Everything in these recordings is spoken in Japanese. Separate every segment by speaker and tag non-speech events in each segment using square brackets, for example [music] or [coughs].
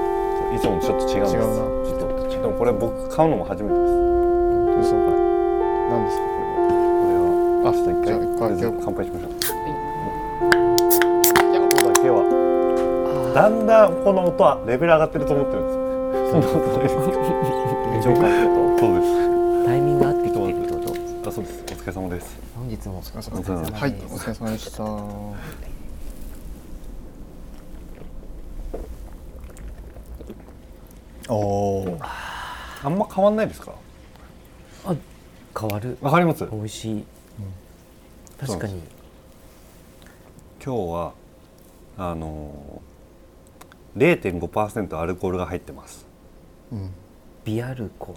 Speaker 1: 違うな
Speaker 2: ちもちょっと違うんですちょっとでもこれ僕買うのも初めてです
Speaker 1: 嘘か何ですか
Speaker 2: これは
Speaker 1: あ
Speaker 2: ちょっと一
Speaker 1: じゃあ一回
Speaker 2: 回
Speaker 1: 開けよう
Speaker 2: 乾杯しましょう
Speaker 1: これは
Speaker 2: 音だけはだんだんこの音はレベル上がってると思ってるんですそんなことないですか
Speaker 3: 上官
Speaker 2: そうです
Speaker 3: タイミングが合ってきてるってこと
Speaker 2: あそうですお疲れ様です
Speaker 3: 本日もお
Speaker 1: 疲れ
Speaker 2: 様です
Speaker 1: はい
Speaker 3: です
Speaker 1: お疲れ様でしたお
Speaker 2: あんま変わんないですか
Speaker 3: あ変わる
Speaker 2: わかります
Speaker 3: 美味しい、確かに
Speaker 2: 今日はあのー、0.5%アルコールが入ってます。
Speaker 1: うん
Speaker 3: ビアルコ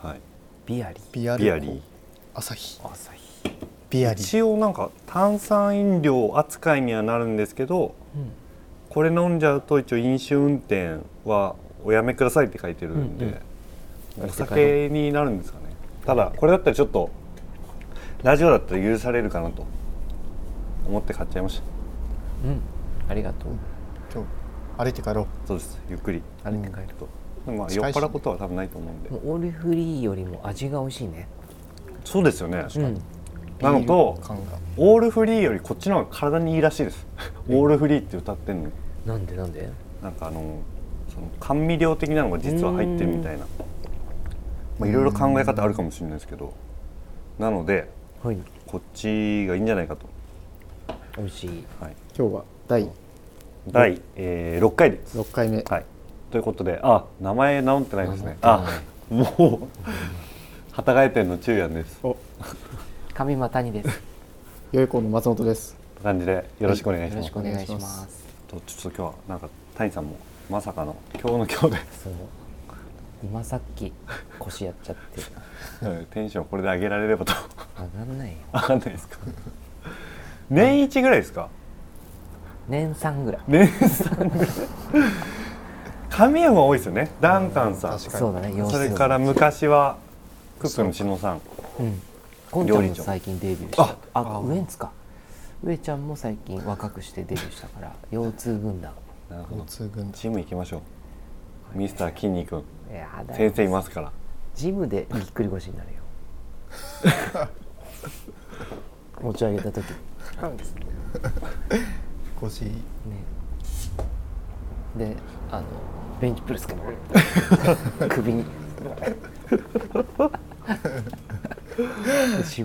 Speaker 3: ール
Speaker 2: はい。
Speaker 3: ビアリ
Speaker 1: ビア
Speaker 2: ビアリー
Speaker 1: リ。朝日
Speaker 3: 朝日
Speaker 1: ビアリ
Speaker 2: 一応なんか炭酸飲料扱いにはなるんですけど、
Speaker 3: うん
Speaker 2: これ飲んじゃうと一応飲酒運転はおやめくださいって書いてるんで、
Speaker 3: うん
Speaker 2: お酒になるんですかね。ただこれだったらちょっとラジオだったら許されるかなと思って買っちゃいました。
Speaker 3: うんありがとう
Speaker 1: 今日歩いて帰ろう
Speaker 2: そうです。ゆっくり。
Speaker 3: 歩いて帰ると、
Speaker 2: まあ酔っ払うことは多分ないと思うんで。
Speaker 3: もうオールフリーよりも味が美味しいね
Speaker 2: そうですよね。
Speaker 3: うん
Speaker 2: なのと
Speaker 1: ビール感が
Speaker 2: オールフリーよりこっちの方が体にいいらしいです。オールフリーって歌ってんのに、
Speaker 3: なんでなんで
Speaker 2: なんかあのその甘味料的なのが実は入ってるみたいな。まあいろいろ考え方あるかもしれないですけど、なので
Speaker 3: はい
Speaker 2: こっちがいいんじゃないかと。
Speaker 3: 美味しい
Speaker 2: はい。
Speaker 1: 今日は第
Speaker 2: 第、えー、6回です。
Speaker 1: 六回目
Speaker 2: はい。ということで、あ名前直ってないですね。あもう旗え店の中んです。
Speaker 1: お
Speaker 3: 上股にです
Speaker 1: 良い子の松本です
Speaker 2: 感じでよろしくお願いしま
Speaker 3: よろ
Speaker 2: す。
Speaker 3: しくお願いします
Speaker 2: とちょっと今日はなんか谷さんもまさかの今日の今日で。
Speaker 3: そう今さっき腰やっちゃ [laughs] って
Speaker 2: うんテンションこれで上げられればと
Speaker 3: 上がんないよ
Speaker 2: わかんないですか年一ぐらいですか
Speaker 3: 年3ぐらい
Speaker 2: 年3ぐらい神山多いですよねダンカンさん
Speaker 1: 確かに
Speaker 3: そうだね
Speaker 2: それから昔はクックの篠さん
Speaker 3: うんゴンちゃん
Speaker 2: 料理
Speaker 3: も
Speaker 2: 長
Speaker 3: 最近デビューしたああ
Speaker 1: あ
Speaker 3: ウエンツかウエちゃんも最近若くしてデビューした [laughs] から腰痛軍団
Speaker 2: なるほ
Speaker 1: 交
Speaker 2: ど
Speaker 1: 通軍
Speaker 2: チーム行きましょうミスター筋肉
Speaker 3: いやーだよ
Speaker 2: 先生いますから
Speaker 3: ジムでぎっくり腰になるよ [laughs] 持ち上げた時
Speaker 1: 五時
Speaker 3: ねであのベンチプレスか [laughs] な首に脂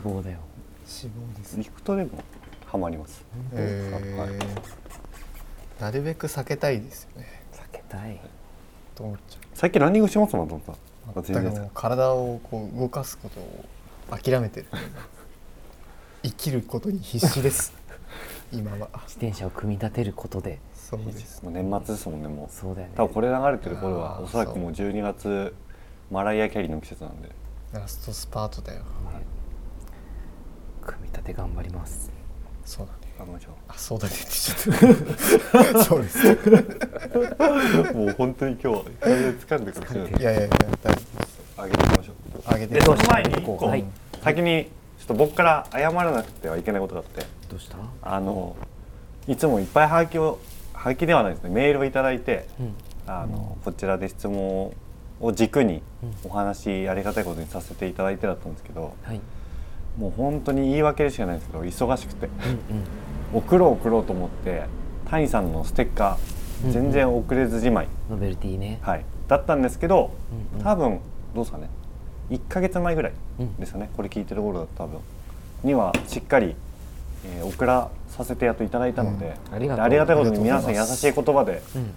Speaker 3: 肪だよ
Speaker 1: 死亡です
Speaker 2: 行くとでもハマります
Speaker 1: え
Speaker 2: はい
Speaker 1: ーなるべく避けたいですよね
Speaker 3: 避けたい
Speaker 1: と思っちゃう
Speaker 2: 最近ランニングしてますもんどんさん
Speaker 1: 全
Speaker 2: 全
Speaker 1: く
Speaker 2: 然
Speaker 1: もう体をこう動かすことを諦めて [laughs] る生きることに必死 [laughs] です今は
Speaker 3: 自転車を組み立てることで
Speaker 1: そうです
Speaker 2: もう年末ですもんねもう
Speaker 3: そうだよね
Speaker 2: 多分これ流れてる頃は
Speaker 1: あー
Speaker 2: おそらくもう12月マライア・キャリーの季節なんで
Speaker 1: ラストスパートだよ
Speaker 3: ね組み立て頑張ります
Speaker 1: そうだね
Speaker 2: 頑張りましょう
Speaker 1: あそうだねって言っちゃったそうですい
Speaker 2: [laughs] もう本当に今日は体掴んでくる
Speaker 3: れて
Speaker 1: やいやいや大丈夫です
Speaker 2: あげていきましょう
Speaker 1: 上げて
Speaker 2: でその前に1個、
Speaker 3: はい
Speaker 2: 先にちょっと僕から謝らなくてはいけないことがあって
Speaker 3: どうした
Speaker 2: あのいつもいっぱいハガキをハガキではないですねメールをいただいて
Speaker 3: うん
Speaker 2: あのこちらで質問を軸に
Speaker 3: うん
Speaker 2: お話ありがたいことにさせていただいてだったんですけど
Speaker 3: はい
Speaker 2: もう本当に言い訳でしかないんですけど忙しくて
Speaker 3: うん
Speaker 2: 送ろう送ろうと思って谷さんのステッカ
Speaker 3: う
Speaker 2: ー
Speaker 3: んうん
Speaker 2: 全然送れずじまい、
Speaker 3: ノベルティね
Speaker 2: はい、だったんですけど
Speaker 3: うんうん
Speaker 2: 多分どうですかね1ヶ月前ぐらい
Speaker 3: うん
Speaker 2: ですよね、これ聞いてる頃だと多分にはしっかり、えー送らさせてやっといただいたので、
Speaker 3: うんありがとう
Speaker 2: でありがたいことに
Speaker 1: ありが
Speaker 2: 皆
Speaker 1: とうござ
Speaker 2: さん
Speaker 1: い
Speaker 2: 優
Speaker 1: ます
Speaker 2: しい言葉で
Speaker 3: うん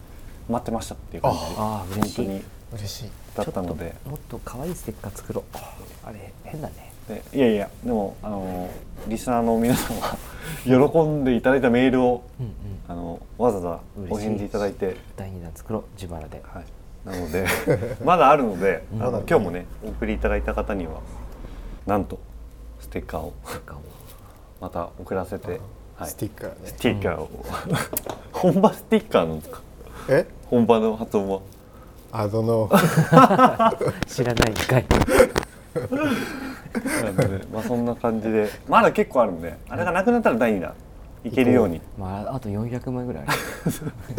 Speaker 2: 待ってましたっていう感じで
Speaker 3: あー嬉しい
Speaker 2: 本
Speaker 1: 嬉しい
Speaker 2: 当にだったので
Speaker 3: ちょっともっと可愛いステッカー作ろうあれ変だね
Speaker 2: でいやいやでもあのーリスナーの皆さんは [laughs] 喜んでいただいたメールを
Speaker 3: うんうん
Speaker 2: あのわざわざお返事いただいて。
Speaker 3: 第2弾作ろう自腹で
Speaker 2: はい、なので [laughs] まだあるので、
Speaker 3: うん
Speaker 2: あの今日もねお送りいただいた方にはなんとステッカーを [laughs]
Speaker 3: なんかも
Speaker 2: また送らせて、はい、
Speaker 1: ステ
Speaker 2: ス
Speaker 1: ィッカーね
Speaker 2: ティッカーを、 [laughs] 本場スティッカーなんですか
Speaker 1: え
Speaker 2: 本場の発音は
Speaker 1: あど [laughs] の
Speaker 3: う知らない回
Speaker 2: [laughs] なのでまあそんな感じでまだ結構あるんであれがなくなったら第2弾いけるように
Speaker 3: まああと400枚ぐらいあ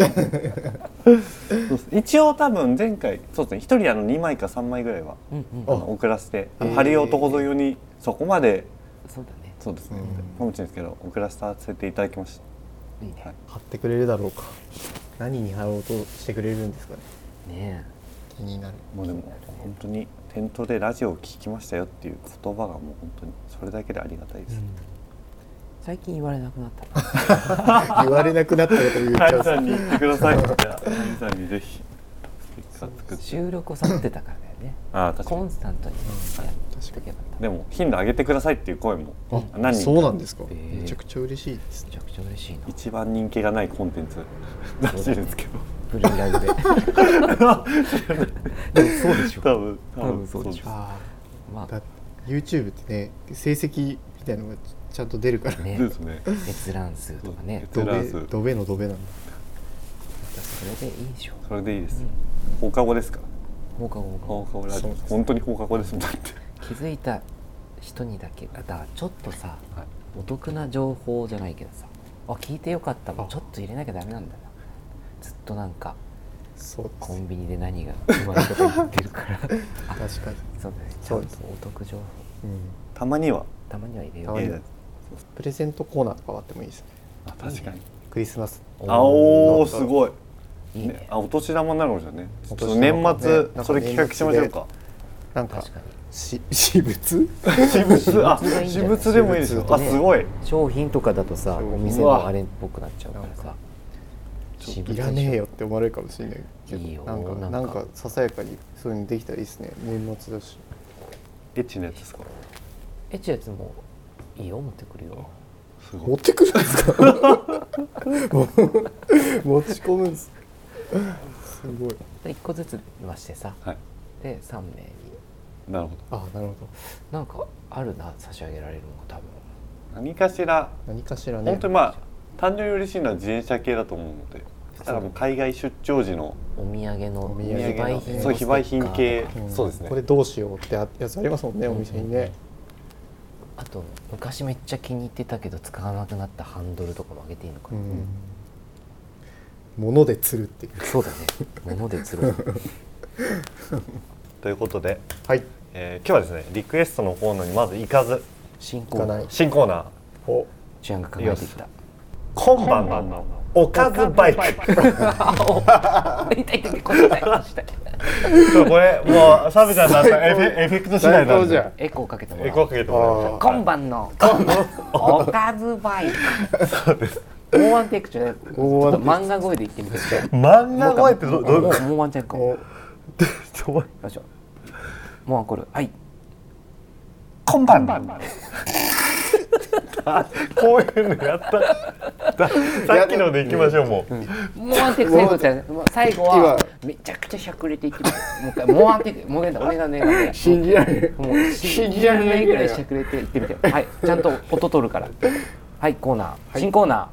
Speaker 3: る
Speaker 2: そうです一応多分前回そうですね一人あの2枚か3枚ぐらいは
Speaker 3: うんうん
Speaker 2: あの送らせて、
Speaker 1: へー
Speaker 2: ハリオ男沿いにそこまで
Speaker 3: そうだね
Speaker 2: そうですね
Speaker 1: うん
Speaker 2: かもしれないですけど送らさせていただきました
Speaker 3: いいね、
Speaker 2: はい
Speaker 1: 貼ってくれるだろうか何に貼ろうとしてくれるんですかね
Speaker 3: ねえ
Speaker 1: 気になる
Speaker 2: もうでも本当に店頭でラジオを聞きましたよっていう言葉がもう本当にそれだけでありがたいです、
Speaker 3: 最近言われなくなったな
Speaker 1: 言われなくなったこと言っち
Speaker 2: ハ
Speaker 1: ゃ
Speaker 2: [laughs] リ
Speaker 1: う
Speaker 2: さんに言ってくださいじゃあハリさんにぜひステッカー作って
Speaker 3: 収録をサボってたからだよね
Speaker 2: ああ確か
Speaker 3: コン
Speaker 2: に
Speaker 3: スタントに
Speaker 1: うん
Speaker 3: やっと
Speaker 1: 確
Speaker 3: けばよかった
Speaker 2: でも頻度上げてくださいっていう声も
Speaker 1: あ
Speaker 2: 何人
Speaker 1: そうなんですか、
Speaker 3: えー
Speaker 1: めちゃくちゃ嬉しいです
Speaker 3: めちゃくちゃ嬉しいな
Speaker 2: 一番人気がないコンテンツらしいですけど
Speaker 3: ブルーライブで [laughs] でもそうでしょ
Speaker 2: 多分
Speaker 3: 多分そうでしょ
Speaker 1: あ
Speaker 3: ま
Speaker 1: あ
Speaker 3: あ
Speaker 1: だ YouTube ってね成績みたいなのがちゃんと出るから
Speaker 2: で
Speaker 3: ね
Speaker 2: すね
Speaker 3: 閲覧数とかね
Speaker 1: [laughs] ド
Speaker 2: 閲覧
Speaker 1: ベ
Speaker 2: 数
Speaker 1: ドベのドベなんだ
Speaker 3: それでいいでしょ
Speaker 2: それでいいです、放課後ですから
Speaker 3: 放課後
Speaker 2: 放課後ラジ
Speaker 1: そう
Speaker 2: オ
Speaker 1: です
Speaker 2: 本当に放課後ですもんだって
Speaker 3: 気づいた人にだけだからちょっとさ
Speaker 2: はい
Speaker 3: お得な情報じゃないけどさあ聞いてよかったも
Speaker 1: あ
Speaker 3: ちょっと入れなきゃダメなんだなずっとなんか
Speaker 1: そうで
Speaker 3: コ
Speaker 1: す
Speaker 3: ンビニで何がうまいこと言ってるから
Speaker 1: [laughs] 確かに、
Speaker 3: そうだねちゃ
Speaker 1: そうんで
Speaker 3: と
Speaker 1: す
Speaker 3: お得情報
Speaker 1: うん、
Speaker 2: たまには
Speaker 3: たまには入れよ
Speaker 1: たま
Speaker 3: う
Speaker 1: に
Speaker 2: え
Speaker 1: は
Speaker 2: え
Speaker 1: プレゼントコーナーとかはあってもいいですね
Speaker 2: あ確かに
Speaker 1: クリスマス
Speaker 2: あおーす
Speaker 1: い
Speaker 2: ごい
Speaker 3: いい
Speaker 2: ね
Speaker 3: ね
Speaker 2: あお年玉になるかもしれないねちょ
Speaker 1: お
Speaker 2: っと
Speaker 1: 年玉
Speaker 2: 年末
Speaker 1: ねなんか
Speaker 2: それ企画しましょうか
Speaker 1: なんか
Speaker 3: 確かに
Speaker 1: し [laughs] 私物
Speaker 2: 私物あ
Speaker 3: 私物がいいんじ
Speaker 2: 私
Speaker 3: ゃ
Speaker 2: 物
Speaker 3: ない
Speaker 2: でもいいですよ
Speaker 1: 私
Speaker 2: あ
Speaker 1: 物
Speaker 2: すごい
Speaker 3: 商品とかだとさ
Speaker 1: そう
Speaker 3: お店
Speaker 2: う
Speaker 3: の
Speaker 2: わ
Speaker 3: あれっぽくなっちゃうからさ私物
Speaker 1: い
Speaker 3: でしょ
Speaker 1: らねえよって思われるかもしれないけど
Speaker 3: いいよ
Speaker 1: なんか
Speaker 3: な
Speaker 1: なんん
Speaker 3: か
Speaker 1: かささやかにそういうのできたらいいですね年末だし
Speaker 2: エッチなやつですか
Speaker 3: エッチなやつもいいよ持ってくるよ
Speaker 2: すご
Speaker 1: [laughs] 持
Speaker 2: い
Speaker 1: ってくるんですか [laughs] もう持ち込むんですすごい
Speaker 3: で1個ずつ伸ばしてさ
Speaker 2: はい
Speaker 3: で3名に
Speaker 2: なるほど
Speaker 1: あなるほど
Speaker 3: なんかあるな差し上げられるのが多分
Speaker 2: 何かしら
Speaker 1: 何かしらね
Speaker 2: 本当にまあ誕生日嬉しいのは自転車系だと思うのでそしたらもう海外出張時の
Speaker 3: お土産の
Speaker 1: お土
Speaker 2: お土
Speaker 1: 産の
Speaker 2: 産の
Speaker 1: 品の
Speaker 2: そう非売品系
Speaker 1: ん
Speaker 2: そうですね
Speaker 1: これどうしようってやつありますもんねお店にね、
Speaker 3: あと昔めっちゃ気に入ってたけど使わなくなったハンドルとかもあげていいのか
Speaker 1: う
Speaker 3: な、
Speaker 1: ん物で釣るっていう
Speaker 3: そうだね物で釣ろう
Speaker 2: ということで、
Speaker 1: はい
Speaker 2: えー今日はですねリクエストのコーナーにまず行かず
Speaker 3: 進
Speaker 1: 行
Speaker 3: 行
Speaker 1: かない
Speaker 2: 新コーナー
Speaker 1: お
Speaker 3: ちゃんが考えてきた
Speaker 2: 今晩のおかずバイク
Speaker 3: 痛い痛い痛いこれ痛い痛い
Speaker 2: そうこれもうサブちゃんだったらエフェエフェクト次第なんで
Speaker 1: ゃ
Speaker 3: エコーかけても
Speaker 2: エ
Speaker 3: ら
Speaker 2: コー
Speaker 3: う
Speaker 2: かけて
Speaker 1: あー
Speaker 2: も
Speaker 3: 今晩のおかずバイクそうですもうワンテイクじゃないちょっと
Speaker 1: もうワンテイク
Speaker 3: 漫画声で言ってみて
Speaker 2: らう漫画声ってどどういう
Speaker 3: も
Speaker 2: こ
Speaker 3: うもうワンチャンかも
Speaker 1: お
Speaker 3: う
Speaker 2: とおい
Speaker 3: よいしょもうワンコールはい
Speaker 2: 今晩のこういうのやったださっきのでいきましょうもう
Speaker 3: もうワンテイク最後じゃんもう最後はめちゃくちゃしゃくれていってますもう一回もうワンテイクもう一回お願いお願いお願い
Speaker 1: 信じられる
Speaker 3: もう
Speaker 1: 信じられない
Speaker 3: ぐ
Speaker 1: ぐ
Speaker 3: ら
Speaker 1: ら
Speaker 3: い
Speaker 1: い
Speaker 3: しゃくれて言ってみてはいちゃんと音取るからはいコーナー新コーナ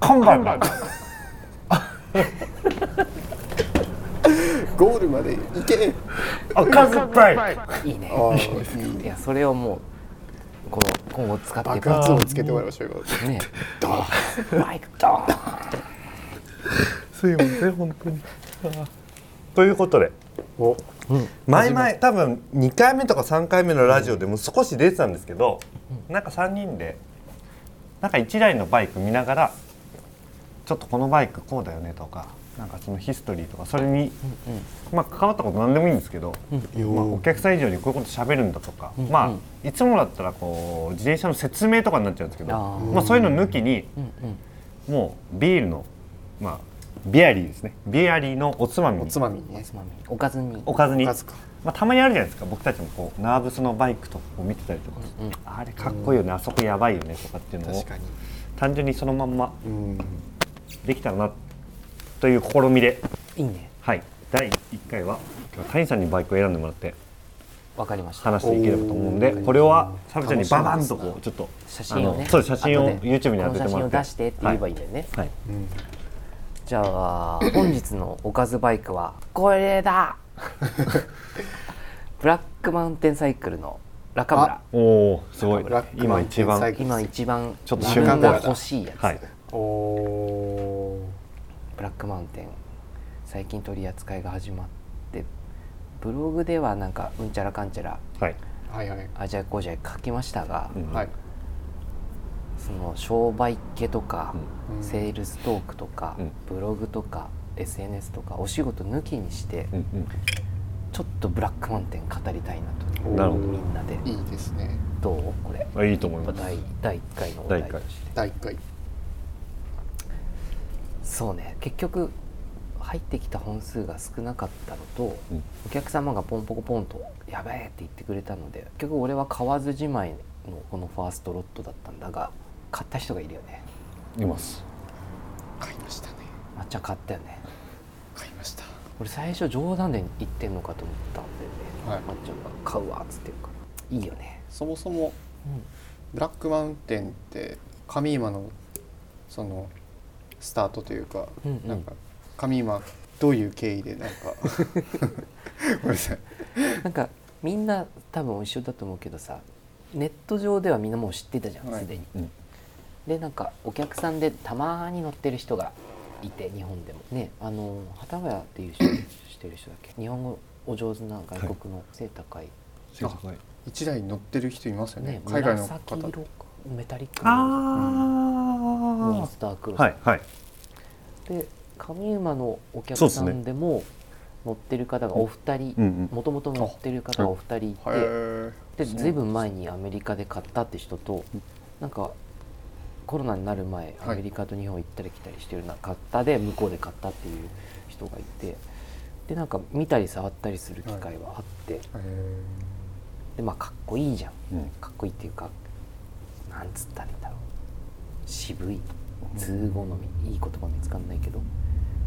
Speaker 2: 今晩の
Speaker 1: ゴールまで行け
Speaker 2: おかずバイク
Speaker 3: ーいいね
Speaker 1: あ
Speaker 3: いやそれをもうこの今後使っていく
Speaker 1: 爆発音つけてもらいましょうよ
Speaker 3: ねドーンバイクドーン
Speaker 2: すいません本当にということで
Speaker 1: お
Speaker 2: 前々多分2回目とか3回目のラジオでも少し出てたんですけど、なんか3人でなんか1台のバイク見ながらちょっとこのバイクこうだよねとかなんかそのヒストリーとかそれに、まあ関わったこと何でもいいんですけど、まあ、お客さん以上にこういうこと喋るんだとか、まあいつもだったらこう自転車の説明とかになっちゃうんですけど
Speaker 3: あー
Speaker 2: まあ、そういうの抜きに、もうビールのまあビアリーですねビアリーのおつまみ
Speaker 1: お
Speaker 2: に
Speaker 1: つまみね
Speaker 3: つまみおかずに
Speaker 2: おかずに
Speaker 1: おかずか
Speaker 2: まあ、たまにあるじゃないですか僕たちもこうナーブスのバイクとかを見てたりとか、
Speaker 3: うんうん
Speaker 2: あれかっこいいよねあそこやばいよねとかっていうのを
Speaker 1: 確かに
Speaker 2: 単純にそのまんま
Speaker 1: うん
Speaker 2: できたらなという試みで、
Speaker 3: いいね
Speaker 2: はい、第1回は今日は谷さんにバイクを選んでもらって
Speaker 3: わかりました
Speaker 2: 話していければと思うんで
Speaker 1: おー
Speaker 2: これはサブちゃんにババンとこうちょっと
Speaker 3: 写真を
Speaker 2: あ
Speaker 3: ね
Speaker 2: のそうです写真を
Speaker 3: 後で
Speaker 2: YouTube に当てても
Speaker 3: こ
Speaker 2: らっ
Speaker 3: の写真を
Speaker 2: て
Speaker 3: 出してって言えばいいんだよね
Speaker 2: はい、
Speaker 3: じゃあ本日のおかずバイ
Speaker 2: [laughs]
Speaker 3: クはこれだブラックマウンテンサイクルの中村
Speaker 2: おおすごい
Speaker 1: ラックマ
Speaker 2: 今
Speaker 1: ン
Speaker 2: 一
Speaker 1: 天
Speaker 2: 番
Speaker 1: 才
Speaker 3: 今一番
Speaker 2: ちょっと
Speaker 3: 自
Speaker 2: 瞬間
Speaker 3: 分
Speaker 2: だ
Speaker 3: が欲しいやつ、
Speaker 2: はい
Speaker 1: おお
Speaker 3: ブラックマウンテン最近取り扱いが始まってブログではなんかうんちゃらかんちゃら
Speaker 2: はい、
Speaker 1: ーはいはい
Speaker 3: あじゃこうじゃ書きましたが、
Speaker 2: うん
Speaker 1: はい
Speaker 3: その商売系とか、
Speaker 1: うん
Speaker 3: セールストークとか、
Speaker 2: うん
Speaker 3: ブログとか SNS とかお仕事抜きにして、
Speaker 2: うんうん
Speaker 3: ちょっとブラックマウンテン語りたいなと
Speaker 2: なるほど
Speaker 3: みんなで
Speaker 1: いいですね
Speaker 3: どうこれ
Speaker 2: あいいと思います
Speaker 3: 第第1回のお題
Speaker 2: 第一回
Speaker 3: として
Speaker 1: 第1回
Speaker 3: そうね結局入ってきた本数が少なかったのと、
Speaker 2: うん
Speaker 3: お客様がポンポコポンと「やべえ!」って言ってくれたので結局俺は買わずじまいのこのファーストロットだったんだが買った人がいるよね
Speaker 2: います
Speaker 1: 買いましたね
Speaker 3: まっちゃん買ったよね
Speaker 1: 買いました
Speaker 3: 俺最初冗談で言ってんのかと思ったんだ
Speaker 1: は
Speaker 3: よね、
Speaker 1: い
Speaker 3: まっちゃんが「買うわ」っつって言うからいいよね
Speaker 1: そもそもブラックマウンテンって上今のそのスタートというか、
Speaker 3: うんうん
Speaker 1: なんか上今どういう経緯でなん
Speaker 3: [laughs]
Speaker 1: かごめんなさい
Speaker 3: なんかみんな多分一緒だと思うけどさネット上ではみんなもう知ってたじゃんすで
Speaker 1: はい、
Speaker 3: に
Speaker 2: うん
Speaker 3: でなんかお客さんでたまに乗ってる人がいて日本でもねあの幡ヶ谷っていう人してる人だっ
Speaker 1: [coughs]
Speaker 3: け日本語お上手な外国の背高い、
Speaker 2: 背が高い
Speaker 1: 一台に乗ってる人いますよね
Speaker 3: ね
Speaker 1: 海外の
Speaker 3: 紫
Speaker 1: 方
Speaker 3: 色かメタリックのモン
Speaker 2: あ
Speaker 3: スタークロス、
Speaker 2: はいはい
Speaker 3: で上馬のお
Speaker 2: そう
Speaker 3: 客
Speaker 2: っす
Speaker 3: さ
Speaker 2: ね
Speaker 3: んでも乗ってる方がお二
Speaker 2: うん
Speaker 3: 人
Speaker 2: うん
Speaker 3: もともと乗ってる方がお二人いて、
Speaker 1: へ
Speaker 3: で
Speaker 1: そう
Speaker 3: ずいぶん前にアメリカで買ったって人となんかコロナになる前
Speaker 1: はい
Speaker 3: アメリカと日本行ったり来たりしてるな買ったで向こうで買ったっていう人がいてでなんか見たり触ったりする機会はあって、
Speaker 1: え
Speaker 3: でまあかっこいいじゃ
Speaker 2: う
Speaker 3: ん
Speaker 2: ん
Speaker 3: かっこいいっていうかなんつったらいいんだろう渋い通好みいい言葉見つかんないけど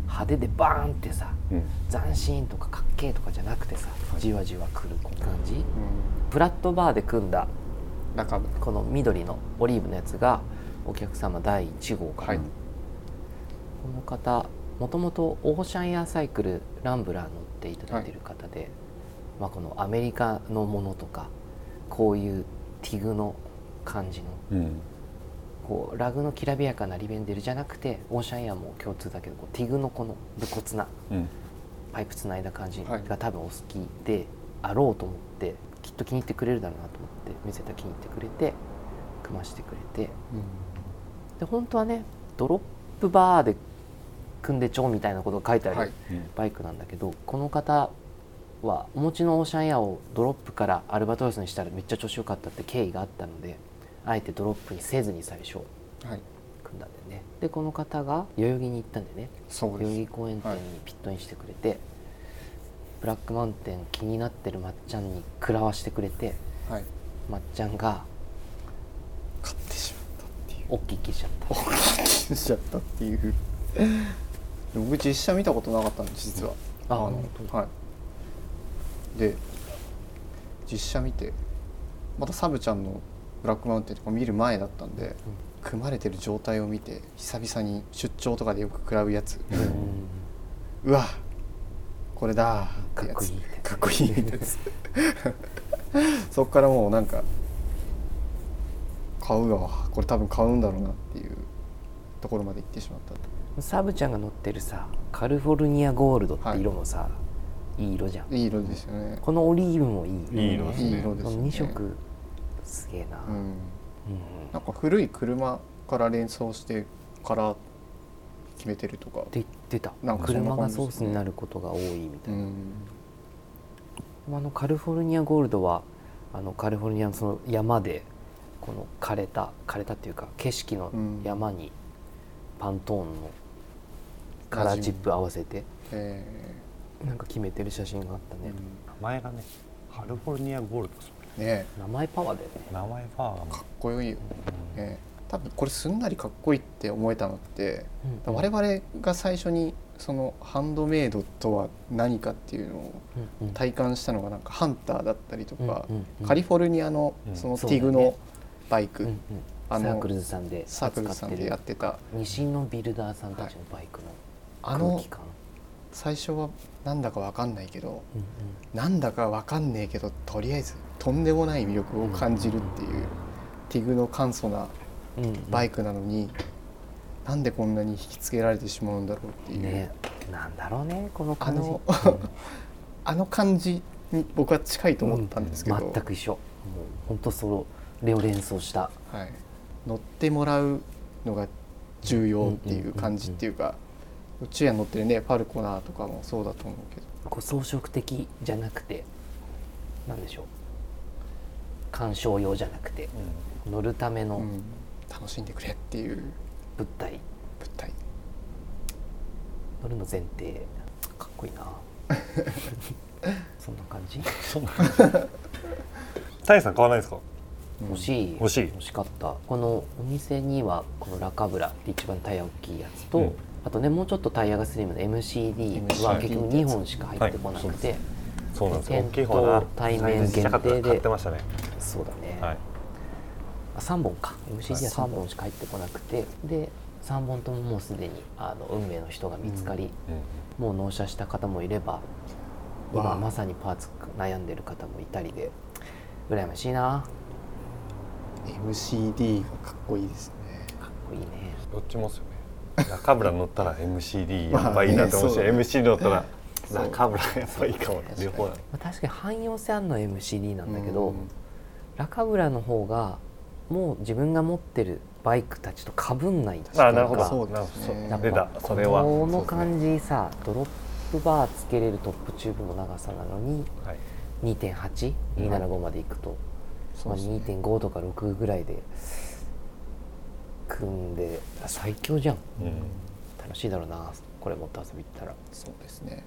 Speaker 3: 派手でバーンってさ
Speaker 2: うん
Speaker 3: 斬新とかかっけえとかじゃなくてさじわじわくるこの感じ
Speaker 1: うん
Speaker 3: プラットバーで組んだ
Speaker 1: 中村
Speaker 3: この緑のオリーブのやつがお客様第1号かな、
Speaker 1: はい
Speaker 3: この方もともとオーシャンエアサイクルランブラー乗っていただいてる方で、まあ、このアメリカのものとかこういうティグの感じの
Speaker 2: うん
Speaker 3: こうラグのきらびやかなリベンデルじゃなくてオーシャンエアも共通だけどこうティグのこの武骨な
Speaker 2: うん
Speaker 3: パイプつないだ感じ
Speaker 1: はい
Speaker 3: が多分お好きであろうと思ってきっと気に入ってくれるだろうなと思って見せたら気に入ってくれて組ましてくれてで本当はねドロップバーで組んでちょうみたいなことが書いてある、
Speaker 1: はい
Speaker 3: バイクなんだけどこの方はお持ちのオーシャンエアをドロップからアルバトロスにしたらめっちゃ調子良かったって経緯があったのであえてドロップにせずに最初
Speaker 1: はい
Speaker 3: 組んだんだよねでこの方が代々木に行ったんだよね
Speaker 1: そう
Speaker 3: 代
Speaker 1: で
Speaker 3: 々
Speaker 1: す
Speaker 3: 木公園店にピットインしてくれて、ブラックマウンテン気になってるまっちゃんに食らわしてくれて
Speaker 1: はい
Speaker 3: まっちゃんが
Speaker 1: 買ってしまったっていう
Speaker 3: おっきいきしちゃっ
Speaker 1: し
Speaker 3: た
Speaker 1: ちゃったっていうで僕実写見たことなかったんです実は
Speaker 3: あ
Speaker 1: の
Speaker 3: 本当
Speaker 1: はいで実写見てまたサブちゃんの「ブラックマウンテン」とか見る前だったんで、組まれてる状態を見て久々に出張とかでよく食らうやつ
Speaker 3: うん
Speaker 1: うわこれだーやつ
Speaker 3: か
Speaker 1: かっこいいってや [laughs] つそこからもうなんか買うわこれ多分買うんだろうなっていうところまで行ってしまった
Speaker 3: サブちゃんが乗ってるさカリフォルニアゴールドって色もさ、い、い色じゃん
Speaker 1: いい色ですよね
Speaker 3: このオリーブもいい
Speaker 2: いい色ですね
Speaker 1: いい色です
Speaker 3: こ
Speaker 1: よ
Speaker 3: の
Speaker 1: ね
Speaker 3: 2色すげえな、
Speaker 1: う
Speaker 3: うん
Speaker 1: んなんか古い車から連想してカラー決めてるとか
Speaker 3: で出た
Speaker 1: なんかそんな
Speaker 3: 車
Speaker 1: 感
Speaker 3: が
Speaker 1: じですね
Speaker 3: ソースになることが多いみた
Speaker 1: う
Speaker 3: いな、
Speaker 1: ん
Speaker 3: あのカリフォルニアゴールドはあのカリフォルニアのその山でこの枯れた枯れたっていうか景色の山にパントーンのカラーチップ合わせて
Speaker 1: え
Speaker 3: なんか決めてる写真があった
Speaker 1: ー
Speaker 3: ね、
Speaker 2: 名前がねカルフォルニアゴールドですもんね
Speaker 1: ねえ
Speaker 3: 名前パワーだよね
Speaker 2: 名前ファー
Speaker 1: かっこいいよ、ねえ多分これすんなりかっこいいって思えたのって
Speaker 3: うん
Speaker 1: 我々が最初にそのハンドメイドとは何かっていうのを
Speaker 3: うんうん
Speaker 1: 体感したのがなんかハンターだったりとか、
Speaker 3: うんうんうん
Speaker 1: カリフォルニアのその
Speaker 3: うん
Speaker 1: ティグ
Speaker 3: そうだ
Speaker 1: の
Speaker 3: ね
Speaker 1: バイク、
Speaker 3: うんうん
Speaker 1: あ
Speaker 3: サー
Speaker 1: の
Speaker 3: クルズさんで
Speaker 1: サークルさんでやってた
Speaker 3: 西のビルダーさんたちのバイク
Speaker 1: あ
Speaker 3: の空
Speaker 1: の
Speaker 3: 気感
Speaker 1: 最初はなんだかわかんないけど
Speaker 3: うんうん
Speaker 1: なんだかわかんねえけどとりあえずとんでもない魅力を感じるっていうティグの簡素な
Speaker 3: うんうん
Speaker 1: バイクなのになんでこんなに引きつけられてしまうんだろうっていう、
Speaker 3: ねなんだろうねこの
Speaker 1: あ
Speaker 3: 感じ
Speaker 1: の [laughs] あの感じに僕は近いと思ったんですけど、
Speaker 3: う全く一緒もう本当それを連想した
Speaker 1: はい、乗ってもらうのが重要っていう感じっていうか宇宙屋に乗ってるねファルコナーとかもそうだと思うけど
Speaker 3: こう装飾的じゃなくてなんでしょう鑑賞用じゃなくて乗るための
Speaker 1: うん、楽しんでくれっていう
Speaker 3: 物体、
Speaker 1: 物体
Speaker 3: 乗るの前提かっこいいなそんな感じ
Speaker 2: タイさん買わないですか
Speaker 3: 欲しい
Speaker 2: 欲しい
Speaker 3: かったこのお店にはこのラカブラって一番タイヤ大きいやつと、
Speaker 2: うん
Speaker 3: あとねもうちょっとタイヤがスリムの MCD は
Speaker 1: MCD
Speaker 3: 結局2本しか入ってこなくて、
Speaker 2: そうなんですよ大
Speaker 3: 店頭
Speaker 2: きい方だな
Speaker 3: 対面限定で
Speaker 2: 買ってましたね
Speaker 3: そうだね、
Speaker 2: はい
Speaker 3: あ3本か MCD は
Speaker 1: 三本
Speaker 3: 3本しか入ってこなくてで3本とももうすでにあの運命の人が見つかり、もう納車した方もいれば
Speaker 1: わ
Speaker 3: 今
Speaker 1: あ
Speaker 3: まさにパーツ悩んでる方もいたりで羨ましいな
Speaker 1: MCD がかっこいいですね
Speaker 3: かっこいいね
Speaker 2: どっちもっすよね中村乗ったら MCD やっぱいい
Speaker 1: まあ
Speaker 2: な
Speaker 1: ね
Speaker 2: と思うし
Speaker 1: そうだね
Speaker 2: MC 乗ったら
Speaker 1: そう
Speaker 2: 中村やっぱいいかも
Speaker 1: 確かに
Speaker 2: 両方だね
Speaker 3: まあ確かに汎用性あんのは MCD なんだけど、
Speaker 1: うん
Speaker 3: ラカブラの方がもう自分が持ってるバイクたちとかぶんないっていうか
Speaker 2: あなるほど
Speaker 1: そうですね
Speaker 2: なるほど出たそれは
Speaker 3: この
Speaker 2: そうです
Speaker 3: 感じさ、ドロップバーつけれるトップチューブの長さなのに
Speaker 2: ねはい
Speaker 3: 2.8275までいくと、
Speaker 1: そう
Speaker 3: まあ、
Speaker 1: ですね
Speaker 3: 2.5とか6ぐらいで組んであ最強じゃん
Speaker 2: うん
Speaker 3: 楽しいだろうなこれ持って遊び行ったら
Speaker 1: そうですね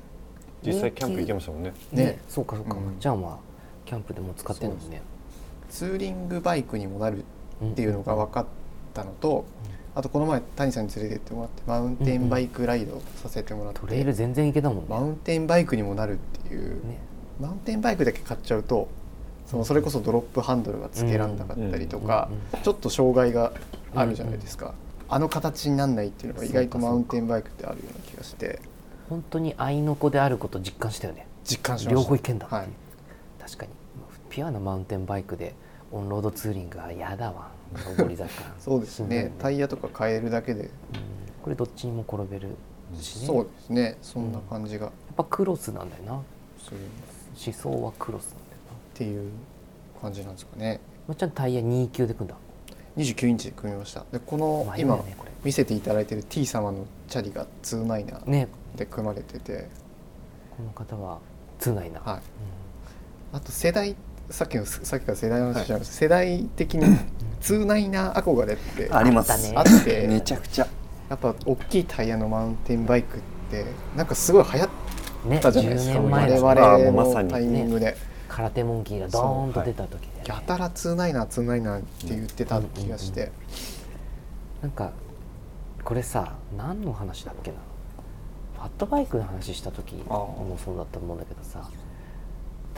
Speaker 2: 実際キャンプ行きましたもんね
Speaker 1: ね
Speaker 3: そうかそうか、
Speaker 1: うん
Speaker 3: じゃあまあキャンプでも使ってるもんね
Speaker 1: ツーリングバイクにもなる
Speaker 3: うん
Speaker 1: っていうのが分かったのと、あとこの前谷さんに連れてってもらってマウンテンバイクライドさせてもらって、
Speaker 3: トレイル全然行けたもん
Speaker 1: マ
Speaker 3: ね
Speaker 1: ウンテンバイクにもなるっていう、
Speaker 3: ね
Speaker 1: マウンテンバイクだけ買っちゃうとそのそれこそドロップハンドルが付けらんなかったりとか、
Speaker 3: うんうん
Speaker 1: ちょっと障害があるじゃないですか、あの形にならないっていうのが意外とマウンテンバイクってあるような気がして
Speaker 3: 本当に愛の子であることを実感したよね
Speaker 1: 実感しました
Speaker 3: 両方いけんだっていう、
Speaker 1: はい、
Speaker 3: 確かにピュアなマウンテンバイクでオンロードツーリングは嫌だわ上り坂
Speaker 1: [laughs] そうですね
Speaker 3: ん
Speaker 1: タイヤとか変えるだけで、
Speaker 3: これどっちにも転べるしね
Speaker 1: そう
Speaker 3: やっ
Speaker 1: ですねそんな感じが
Speaker 3: ぱクロスなんだよな思
Speaker 1: するっ
Speaker 3: 想はクロスなんだよな
Speaker 1: ていう感じなんですかね
Speaker 3: まっちゃんタイヤ2級で組んだ
Speaker 1: 29インチで組みましたでこの
Speaker 3: 迷うよ
Speaker 1: 今
Speaker 3: ねこれ
Speaker 1: 見せていただいてる T 様のチャリが2ナイナー
Speaker 3: ね
Speaker 1: で組まれてて、
Speaker 3: この方は通ないな、
Speaker 1: はい、
Speaker 3: う
Speaker 1: あと世代さっきのさっきから世代の話じゃないです、世代的に2ナイナー憧れってあ
Speaker 3: りますあったね
Speaker 1: って
Speaker 2: めちゃくちゃ
Speaker 1: やっぱ大きいタイヤのマウンテンバイクってなんかすごい流行っ
Speaker 3: んね
Speaker 1: たじゃない
Speaker 3: 10
Speaker 1: ですか
Speaker 3: 年前
Speaker 1: 我
Speaker 3: だ
Speaker 2: ねああもうま
Speaker 1: 々
Speaker 2: さ
Speaker 1: の
Speaker 2: に
Speaker 1: タイミングで、
Speaker 3: 空手モンキーがドーンと出た時で、
Speaker 1: やたら2ナイナー2ナイナーって言ってた気がして、
Speaker 3: なんかこれさ何の話だっけなファットバイクの話した時
Speaker 2: ああ
Speaker 3: もそうだったと思うんだけどさ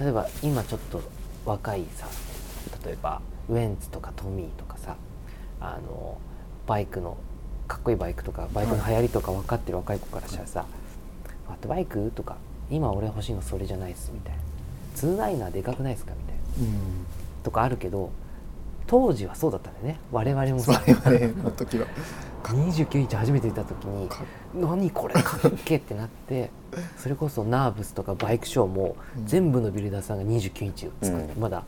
Speaker 3: 例えば今ちょっと若いさ例えばウエンツとかトミーとかさあのバイクのかっこいいバイクとかバイクの流行りとか分かってる若い子からしたらさ「ファットバイク?」とか「今俺欲しいのそれじゃないっす」みたいな「ツーライナーでかくないっすか?」みたいな
Speaker 1: うん
Speaker 3: とかあるけど当時はそうだったんだよね我々もさ
Speaker 1: 我々の時は
Speaker 3: 29インチ初めて見た時に
Speaker 1: か
Speaker 3: 「何これかっけ!」ってなってそれこそナーブスとかバイクショーも
Speaker 1: うん
Speaker 3: 全部のビルダーさんが29インチを作って、
Speaker 2: うん
Speaker 3: まだ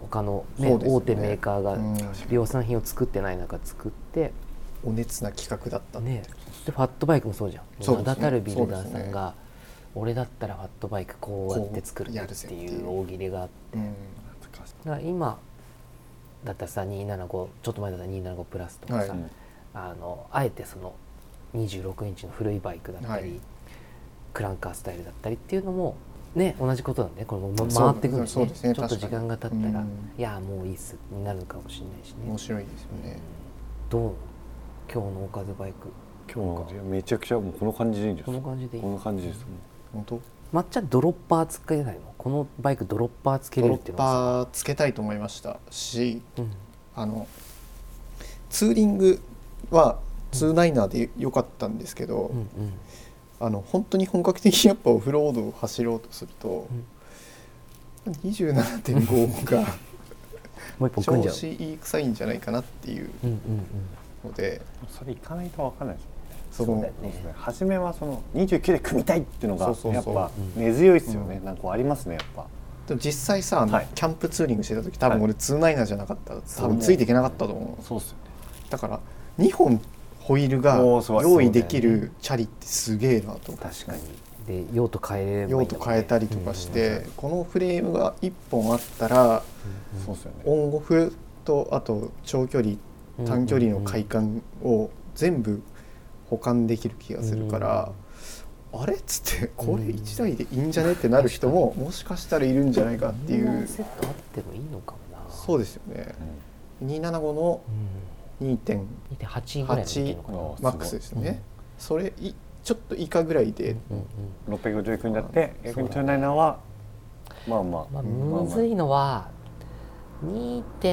Speaker 3: 他のね、
Speaker 1: そうですよね
Speaker 3: 大手メーカーが
Speaker 1: うん
Speaker 3: 量産品を作ってない中作って、
Speaker 1: お熱な企画だったって
Speaker 3: ね、でファットバイクもそうじゃん、
Speaker 1: そうですね
Speaker 3: 名だたるビルダー
Speaker 1: そ
Speaker 3: さ
Speaker 1: うで
Speaker 3: ん
Speaker 1: すね
Speaker 3: が、俺だったらファットバイクこうやって作る
Speaker 1: こう
Speaker 3: っ
Speaker 1: やるぜ
Speaker 3: て
Speaker 1: っていう
Speaker 3: いう大喜利があって。
Speaker 1: うん
Speaker 3: だから今だったらさ275ちょっと前だったら275プラスとかさ、
Speaker 1: はい
Speaker 3: あのあえてその26インチの古いバイクだったり、
Speaker 1: はい
Speaker 3: クランカースタイルだったりっていうのもね同じことなんでこれもま
Speaker 1: そう
Speaker 3: 回ってくるん
Speaker 1: そうですね
Speaker 3: ちょっと
Speaker 1: 確か
Speaker 3: 時
Speaker 1: に
Speaker 3: 間が経ったら、
Speaker 1: うん
Speaker 3: いやもういいっすになるかもしれないしね
Speaker 1: 面白いですよね
Speaker 3: どう今日のおかずバイク
Speaker 2: 今日の感じめちゃくちゃもうこの感じでいいんじゃ
Speaker 3: こ
Speaker 2: ない
Speaker 3: の
Speaker 2: ですか
Speaker 3: 感じでいい
Speaker 2: この感じです
Speaker 1: 本当
Speaker 3: 抹茶ドロッパーつけないのこのバイクドロッパーつけ
Speaker 1: ド
Speaker 3: れ
Speaker 1: ロ
Speaker 3: るっ
Speaker 1: ッ
Speaker 3: ていうのは
Speaker 1: パーつけたいと思いましたし
Speaker 3: さ、うん
Speaker 1: あのツーリングは2ナイナーでよかったんですけど、
Speaker 3: うんうん、
Speaker 1: あの本当に本格的にやっぱオフロードを走ろうとすると、27.5が
Speaker 3: [laughs] もう一本組んじ
Speaker 1: 調
Speaker 3: ゃう。
Speaker 1: 子いい臭いんじゃないかなっていう
Speaker 3: うんうんうん。
Speaker 1: ので
Speaker 2: それ行かないと分かんないですよね
Speaker 1: そ
Speaker 3: そうだ
Speaker 1: の
Speaker 3: よね。
Speaker 2: 初めはその29で組みたいっていうのが
Speaker 1: そうそう
Speaker 2: やっ
Speaker 1: そう
Speaker 2: ぱ
Speaker 3: うん
Speaker 2: 根強いですよ
Speaker 1: う
Speaker 2: ね、なんかこうありますねやっぱ
Speaker 1: でも実際さあの、
Speaker 2: はい
Speaker 1: キャンプツーリングしてた時多分俺ツーナイナーじゃなかったら
Speaker 2: そう
Speaker 1: 多分ついていけなかったと思
Speaker 2: そうっすよね
Speaker 1: うだから2本ホイールが
Speaker 2: おーそう
Speaker 1: 用意できるチャリってすげえなと思って
Speaker 3: 確かに。で用途変えればいいんだ
Speaker 1: 用
Speaker 3: もんね
Speaker 1: 途変えたりとかして、このフレームが1本あったら
Speaker 2: そうっすよね
Speaker 1: オンオフとあと長距離短距離の快感を全部保管できる気がするから、あれっつってこれ1台でいいんじゃねってなる人ももしかしたらいるんじゃないかってい
Speaker 3: こんな
Speaker 1: う
Speaker 3: セットあってもいいのかもな。
Speaker 1: そう
Speaker 3: う。
Speaker 1: ですよね275の2.8
Speaker 3: 2.8ぐらいまでいけるのかな。
Speaker 2: 8
Speaker 1: マックスですよ
Speaker 3: うん
Speaker 1: ねそれいちょっと以下ぐらいで
Speaker 3: うんうん
Speaker 2: うん659になって逆にトヨナイナーはまあまあ、
Speaker 3: まあ、むずいのは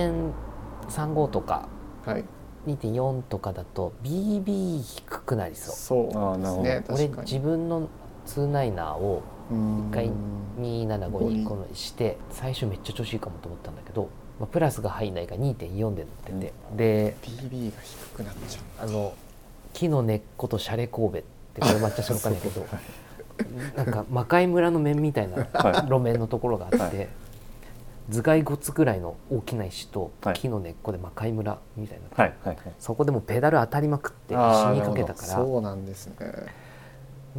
Speaker 3: 2.35とか
Speaker 1: はい
Speaker 3: 2.4とかだと BB 低くなりそう
Speaker 1: そうですね
Speaker 2: あ
Speaker 3: 俺
Speaker 1: 確か
Speaker 3: 自
Speaker 1: に
Speaker 3: 分の2ナイナーを
Speaker 1: うん
Speaker 3: 一回275に
Speaker 1: こ
Speaker 3: こ
Speaker 1: こ
Speaker 3: のして最初めっちゃ調子いいかもと思ったんだけど、まあ、プラスが入んないが2.4で乗ってて、で
Speaker 1: BB が低くなっちゃう
Speaker 3: あの木の根っことシャレ神戸ってこれ抹茶しかわかんないけどなんか魔界村の面みたいな
Speaker 2: は
Speaker 3: 路面のところがあって、
Speaker 2: は
Speaker 3: 頭蓋骨ぐらいの大きな石と
Speaker 2: はい
Speaker 3: 木の根っこで魔界村みたいな、
Speaker 2: はいはいはい
Speaker 3: そこでもうペダル当たりまくって死
Speaker 2: あー
Speaker 3: にかけたから
Speaker 1: そうなんですね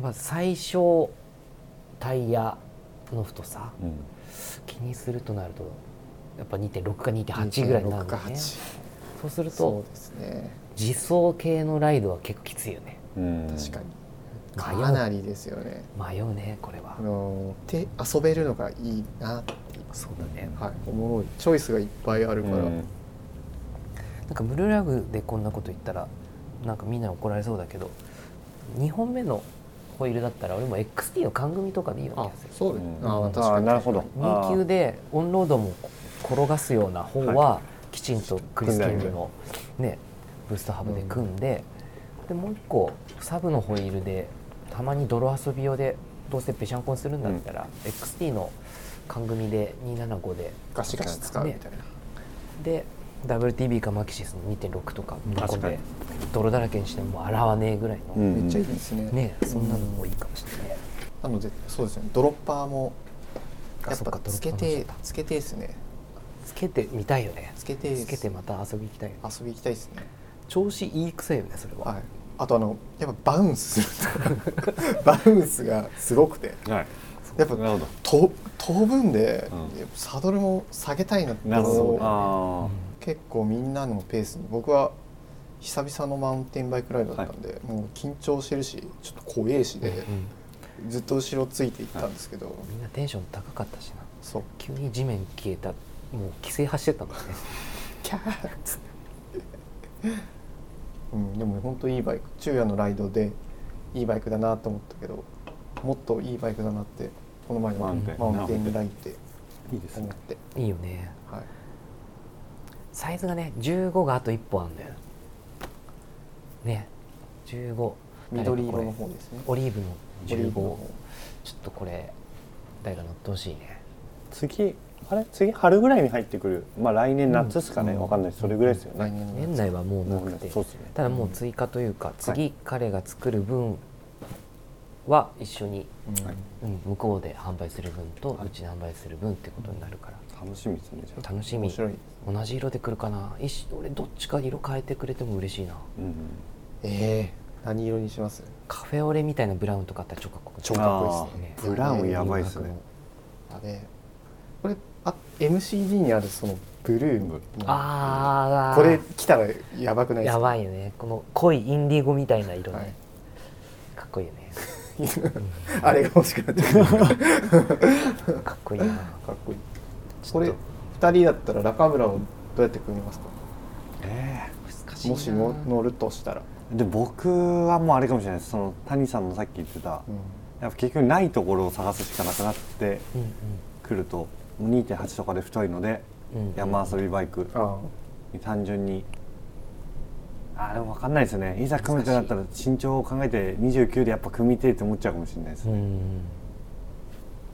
Speaker 3: まあ、最小タイヤの太さ
Speaker 2: うん
Speaker 3: 気にするとなるとやっぱ2.6か2.8ぐらいになる
Speaker 1: 2.6
Speaker 3: ん
Speaker 1: か
Speaker 3: だね
Speaker 1: 8
Speaker 3: そうする
Speaker 1: そ
Speaker 3: と
Speaker 1: うですね
Speaker 3: 自走系のライドは結構きついよね
Speaker 2: うん
Speaker 1: 確かに
Speaker 3: 迷
Speaker 1: かな
Speaker 3: う
Speaker 1: りですよね
Speaker 3: 迷うねこれは
Speaker 1: あの手遊べるのがいいなって
Speaker 3: そうだね
Speaker 1: はいおもろいチョイスがいっぱいあるから、
Speaker 2: うん
Speaker 3: なんかムルラグでこんなこと言ったらなんかみんな怒られそうだけど2本目のホイールだったら俺も XT の缶組とかでいいような
Speaker 1: あ
Speaker 3: 気がする
Speaker 1: そうですね、
Speaker 2: うん
Speaker 1: あ
Speaker 3: うん
Speaker 1: 確か
Speaker 2: あー
Speaker 1: に
Speaker 2: なるほど
Speaker 3: 2級でオンロードも転がすような方はきちんとクリス・ケンジの、ね、ブーストハブで組んで,、でもう一個サブのホイールでたまに泥遊び用でどうせぺしゃんこにするんだったら、XT の缶組で275で
Speaker 1: ガシガシ使うみたいな、
Speaker 3: で WTB かマキシスの2.6とかぶっ込ん
Speaker 2: 確かに
Speaker 3: で泥だらけにしても洗わねえぐらいの、
Speaker 2: うん
Speaker 1: めっちゃいいですね、
Speaker 3: ねそんなのもいいかもしれない。
Speaker 1: なのでそうですねドロッパーも
Speaker 3: あ
Speaker 1: やっ
Speaker 3: そっ
Speaker 1: ぱ
Speaker 3: か
Speaker 1: つけ
Speaker 3: ドロッ
Speaker 1: て
Speaker 3: パーもそうだ
Speaker 1: つけてですね
Speaker 3: つけてみたいよね。
Speaker 1: つけてです
Speaker 3: つけてまた遊び行きたいよね。
Speaker 1: 遊び行きたいですね
Speaker 3: 調子いいくせよねそれは。
Speaker 1: はいあとあのやっぱバウンスする
Speaker 2: [laughs]
Speaker 1: バウンスがすごくて
Speaker 2: はい
Speaker 1: やっぱ
Speaker 2: なるほど
Speaker 1: と飛ぶんで、
Speaker 2: うん
Speaker 1: やっぱサドルも下げたいなって
Speaker 2: なるほ
Speaker 1: 思
Speaker 2: ど
Speaker 1: う
Speaker 2: あ
Speaker 1: 結構みんなのペースに僕は久々のマウンテンバイクライドだったんで、もう緊張してるしちょっと怖えしで、
Speaker 3: うん
Speaker 1: ずっと後ろついていったんですけど、
Speaker 3: みんなテンション高かったしな
Speaker 1: そう
Speaker 3: 急に地面消えたもう規制走ってたもんね
Speaker 1: キャーうん、でも本当いいバイク昼夜のライドでいいバイクだなと思ったけどもっといいバイクだなってこの前の
Speaker 2: マ
Speaker 1: マ
Speaker 2: ウ
Speaker 1: ウ
Speaker 2: ンテン
Speaker 1: ンテンライドで
Speaker 2: あいいです
Speaker 1: 思っ
Speaker 2: ね
Speaker 1: て、
Speaker 3: いいよね
Speaker 1: はい、
Speaker 3: サイズがね15があと1本あるんだよね15
Speaker 1: 緑色の
Speaker 3: こ
Speaker 1: 方ですね
Speaker 3: れオリーブの
Speaker 1: オリー
Speaker 3: 15
Speaker 1: ブの方
Speaker 3: ちょっとこれ誰か乗ってほしいね
Speaker 2: 次あれ次春ぐらいに入ってくるまあ来年夏ですかね、
Speaker 1: うん
Speaker 2: わかんないそれぐらいですよね、
Speaker 1: 来年の
Speaker 3: 年内はもうな
Speaker 2: もう
Speaker 3: く
Speaker 2: ね
Speaker 3: て
Speaker 2: そうですね
Speaker 3: ただもう追加というか次彼が作る分は一緒に、
Speaker 1: うん
Speaker 2: はい
Speaker 3: うん、向こうで販売する分とうちで販売する分ってことになるから
Speaker 2: 楽しみですねじゃあ、
Speaker 3: 楽しみ
Speaker 1: 面白い
Speaker 3: 同じ色で来るかな一緒俺どっちか色変えてくれても嬉しいな
Speaker 2: うん、
Speaker 1: えー、何色にします
Speaker 3: カフェオレみたいなブラウンとかあったら超かっこいい
Speaker 1: 超かっこいいですね
Speaker 3: ね
Speaker 2: ブラウンやばいですね
Speaker 1: あれこれあ MCD にあるそのブルーの
Speaker 3: ああ
Speaker 1: これ来たらやばくないです
Speaker 3: や
Speaker 1: か
Speaker 3: ばいよねこの濃いインディゴみたいな色ね、
Speaker 1: はい
Speaker 3: かっこいいよね
Speaker 1: あれが欲しくなっちゃうか
Speaker 3: かっ
Speaker 1: [laughs]
Speaker 3: こいいな
Speaker 1: っこいい
Speaker 3: ち
Speaker 1: こ
Speaker 3: ょっ
Speaker 1: れ
Speaker 3: と
Speaker 1: 2人だったら中村をどうやって組みますか
Speaker 2: え
Speaker 3: 難
Speaker 1: もし
Speaker 3: いな
Speaker 1: も乗るとしたら、
Speaker 2: えで僕はもうあれかもしれないですその谷さんのさっき言ってた、やっぱ結局ないところを探すしかなくなって
Speaker 3: うん
Speaker 2: くるともう2.8とかで太いので、
Speaker 3: うんうん
Speaker 2: 山遊びバイク
Speaker 1: あ
Speaker 2: 単純にあでも分かんないですねいざ組むってなったら身長を考えて29でやっぱ組みてえって思っちゃうかもしれないです
Speaker 3: う
Speaker 2: ね、
Speaker 3: ん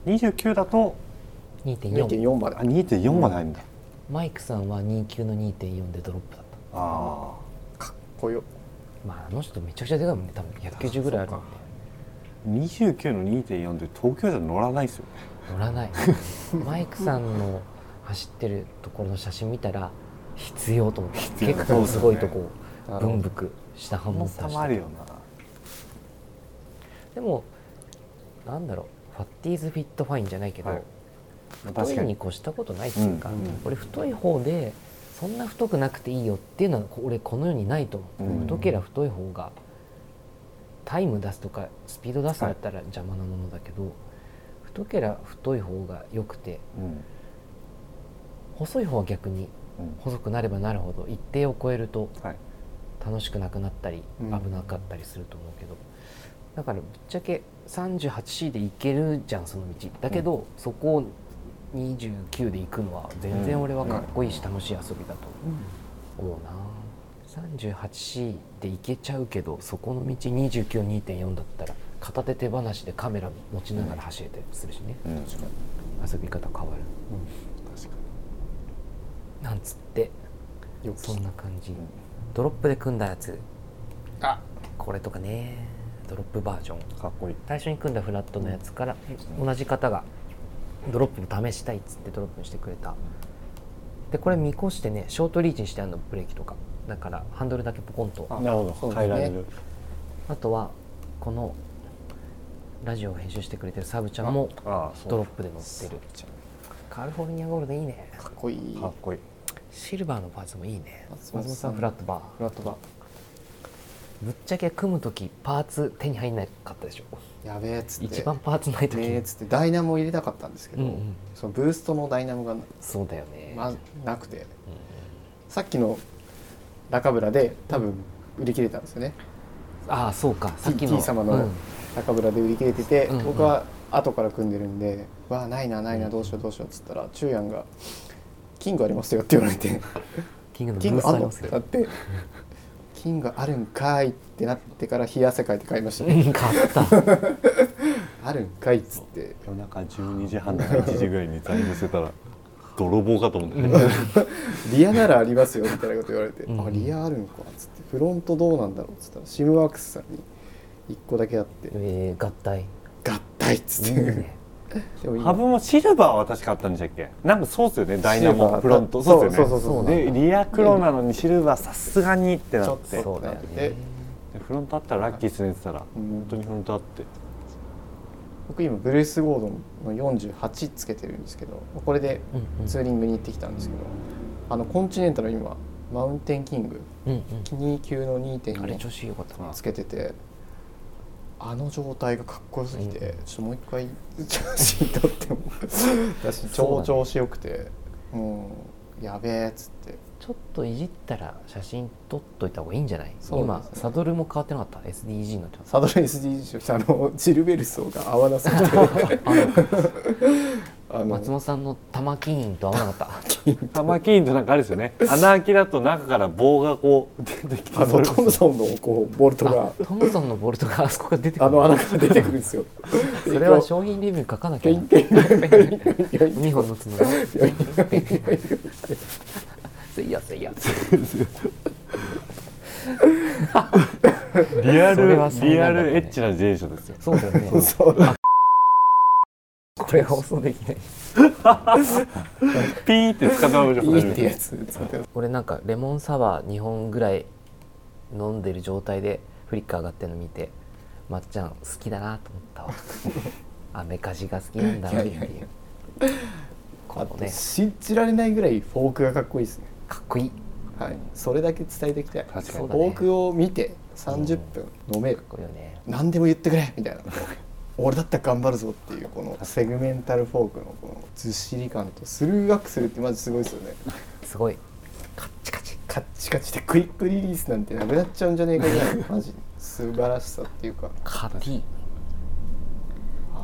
Speaker 2: 29だと
Speaker 3: 2.4
Speaker 1: 2.4まで
Speaker 2: あ2.4まで入るんだ、
Speaker 3: マイクさんは2級の2.4でドロップだった
Speaker 2: あ
Speaker 1: こよ
Speaker 3: まああの人めちゃくちゃでかいもんね多分190ぐらいあるもんね
Speaker 2: あ29の2.4って東京じゃ乗らないですよね
Speaker 3: 乗ら [laughs] ないマイクさんの走ってるところの写真見たら必要と思って
Speaker 2: 要
Speaker 3: 結構すごいとこ
Speaker 1: なるほ
Speaker 3: 文
Speaker 1: ど
Speaker 3: 福下半分
Speaker 2: もう
Speaker 3: 出して
Speaker 2: たまるよな
Speaker 3: でもなんだろうファッティーズフィットファインじゃないけど、
Speaker 2: はい
Speaker 3: 太
Speaker 2: 確
Speaker 3: い
Speaker 2: か
Speaker 3: に
Speaker 2: に
Speaker 3: 越したことないっていうか、
Speaker 2: うんうん
Speaker 3: 俺太い方でそんな太くなくていいよっていうのはこ俺この世にないと思う、
Speaker 2: うん
Speaker 3: 太けりゃ太い方がタイム出すとかスピード出すんだったら邪魔なものだけど、太けりゃ太い方が良くて
Speaker 2: うん
Speaker 3: 細い方は逆に
Speaker 2: うん
Speaker 3: 細くなればなるほど一定を超えると
Speaker 2: はい
Speaker 3: 楽しくなくなったり
Speaker 1: うん
Speaker 3: 危なかったりすると思うけど、だからぶっちゃけ 38C で行けるじゃんその道だけど、そこを29で行くのは全然俺はかっこいいし楽しい遊びだと思うな 38C で行けちゃうけどそこの道292.4だったら片手手放しでカメラ持ちながら走れたりするしね、
Speaker 2: うん
Speaker 3: 遊び方変わる
Speaker 2: 確か
Speaker 3: なんつって
Speaker 1: よ
Speaker 3: そんな感じ、
Speaker 2: に
Speaker 3: ドロップで組んだやつ
Speaker 1: あ
Speaker 3: これとかねドロップバージョン
Speaker 2: かっこいい
Speaker 3: 最初に組んだフラットのやつから同じ方がドロップも試したいっつってドロップにしてくれたでこれ見越してねショートリーチにしてあるのブレーキとかだからハンドルだけポコンと
Speaker 1: あ
Speaker 2: なるほ
Speaker 1: そ
Speaker 2: ど
Speaker 1: う
Speaker 2: 変
Speaker 1: だ
Speaker 2: え
Speaker 1: ね
Speaker 2: られる
Speaker 3: あとはこのラジオを編集してくれてるサブちゃんも
Speaker 2: ああそ
Speaker 3: ドロ
Speaker 2: う
Speaker 3: ップで乗ってるカリフォルニアゴールドいいね
Speaker 1: かっこいい
Speaker 2: かっこいい
Speaker 3: シルバーのパーツもいいね松
Speaker 1: 松
Speaker 3: 本
Speaker 1: 本さん
Speaker 3: さんフラットバー
Speaker 1: フラットバ
Speaker 3: ぶっちゃけ組む時パーツ手に入んなかったでしょ
Speaker 1: やべえっつって
Speaker 3: 一番パーツない時
Speaker 1: ねえっつってダイナモ入れたかったんですけど、
Speaker 3: うんうん
Speaker 1: そのブーストのダイナモがな,、
Speaker 3: そうだよね、
Speaker 1: ま、なくてさっきの中村で多分売り切れたんですよね、
Speaker 3: ああそうかさっ
Speaker 1: T,
Speaker 3: きの
Speaker 1: T 様
Speaker 3: う
Speaker 1: の
Speaker 3: ん
Speaker 1: 中村で売り切れてて、
Speaker 3: うんうん
Speaker 1: 僕は後から組んでるんで「わあないなないなどうしようどうしよう」っつったら中やんが「キングありますよ」って言われて
Speaker 3: キン
Speaker 1: 「
Speaker 3: グのブ
Speaker 1: キング
Speaker 3: ース
Speaker 1: あ
Speaker 3: あ
Speaker 1: ん
Speaker 3: り
Speaker 1: の?」
Speaker 3: ま
Speaker 1: っ
Speaker 3: す
Speaker 1: て
Speaker 3: よ
Speaker 1: なって「キングあるんかい」ってなってから冷や汗かいて買いました
Speaker 3: う
Speaker 1: ね
Speaker 3: ん買った
Speaker 1: 「あるんかい」っつって
Speaker 2: 夜中12時半とか1時ぐらいに残業してたら泥棒かと思って、
Speaker 1: リアならありますよみたいなこと言われて「
Speaker 3: うん
Speaker 1: あリアあるんか」っつって「フロントどうなんだろう」っつったらシムワークスさんに1個だけあって
Speaker 3: えー合体
Speaker 1: 「合体」っつっ
Speaker 3: いい
Speaker 1: て、
Speaker 3: ね
Speaker 1: [laughs] でも
Speaker 2: ハ
Speaker 1: 今
Speaker 2: ブもシルバーは確かあったんでしたっけなんかそうっすよねダイナ
Speaker 1: シルバ
Speaker 2: モ
Speaker 1: ー
Speaker 2: フロント
Speaker 1: そう
Speaker 2: そうっすよね
Speaker 1: そうそうそう
Speaker 2: でリア黒なのにシルバーさすがにってなっ
Speaker 1: ちょ
Speaker 2: て
Speaker 1: っと
Speaker 3: そうだよ
Speaker 1: え
Speaker 3: ね
Speaker 2: でフロントあったらラッキーっすねって言ったら
Speaker 1: うん
Speaker 2: 本当にフロントあって
Speaker 1: 僕今ブルース・ゴードンの48つけてるんですけどこれで
Speaker 3: うんうん
Speaker 1: ツーリングに行ってきたんですけど、あのコンチネンタル今マウンテンキング
Speaker 3: うん
Speaker 1: 2級の
Speaker 3: うんあれ
Speaker 1: 2.4
Speaker 3: 調子良かったな
Speaker 1: つけててあの状態がかっこよすぎて、ちょっともう一回写真撮っても私
Speaker 3: [laughs] そう
Speaker 1: 超
Speaker 3: だね
Speaker 1: 調子よくてもうやべえっつって
Speaker 3: ちょっといじったら写真撮っといた方がいいんじゃない
Speaker 1: そう
Speaker 3: 今
Speaker 1: ですね
Speaker 3: サドルも変わってなかった SDG になってます
Speaker 1: サドル SDG のあのジルベルソーが合わなすぎ
Speaker 3: [laughs]
Speaker 1: てあの
Speaker 3: 松本さんの玉金印と合わ
Speaker 1: [laughs]
Speaker 3: なかった
Speaker 2: 玉キーンとなんかあれですよね穴開きだと中から棒がこう出てき
Speaker 1: あ
Speaker 2: てそ
Speaker 1: の
Speaker 2: れ
Speaker 1: トムソンのこうボルトが
Speaker 3: あトムソンのボルトがあ [laughs] そこから出てく
Speaker 1: あの
Speaker 3: る
Speaker 1: 穴から出てくるんですよ
Speaker 3: それは商品レビュー書かなきゃ
Speaker 1: ペンペンペンペンペンペンペン
Speaker 3: 2本の角が [laughs] せいやせいや
Speaker 2: リア
Speaker 3: そ
Speaker 2: ル
Speaker 3: れはそうなん
Speaker 2: リ
Speaker 3: だ
Speaker 2: ア
Speaker 3: ろうね
Speaker 2: ルエッチな自転車ですよ
Speaker 3: そうだよね
Speaker 1: そう
Speaker 3: これ放送できない
Speaker 2: ピーって使ってもらうじゃ
Speaker 1: い
Speaker 2: ん
Speaker 1: いってやつ
Speaker 3: 俺なんかレモンサワー2本ぐらい飲んでる状態でフリッカー上がってるの見てまっちゃん好きだなと思ったわあめかじが好きなんだなっていう
Speaker 1: いやいやい
Speaker 3: こ
Speaker 1: あ
Speaker 3: の
Speaker 1: と
Speaker 3: ね
Speaker 1: 信じられないぐらいフォークがかっこいいですね
Speaker 3: かっこいいか
Speaker 1: はいそれだけ伝えていきたいフォ
Speaker 2: 確かに
Speaker 1: ークを見て30分飲める
Speaker 3: っこいいよね
Speaker 1: 何でも言ってくれみたいな俺だったら頑張るぞっていうこのセグメンタルフォークのこのずっしり感とスルーアクセルってマジすごいですよね
Speaker 3: すごいカッチカチ
Speaker 1: カッチカチでクイックリリースなんてなくなっちゃうんじゃねえかぐらいのマジ素晴らしさっていうか
Speaker 3: カティ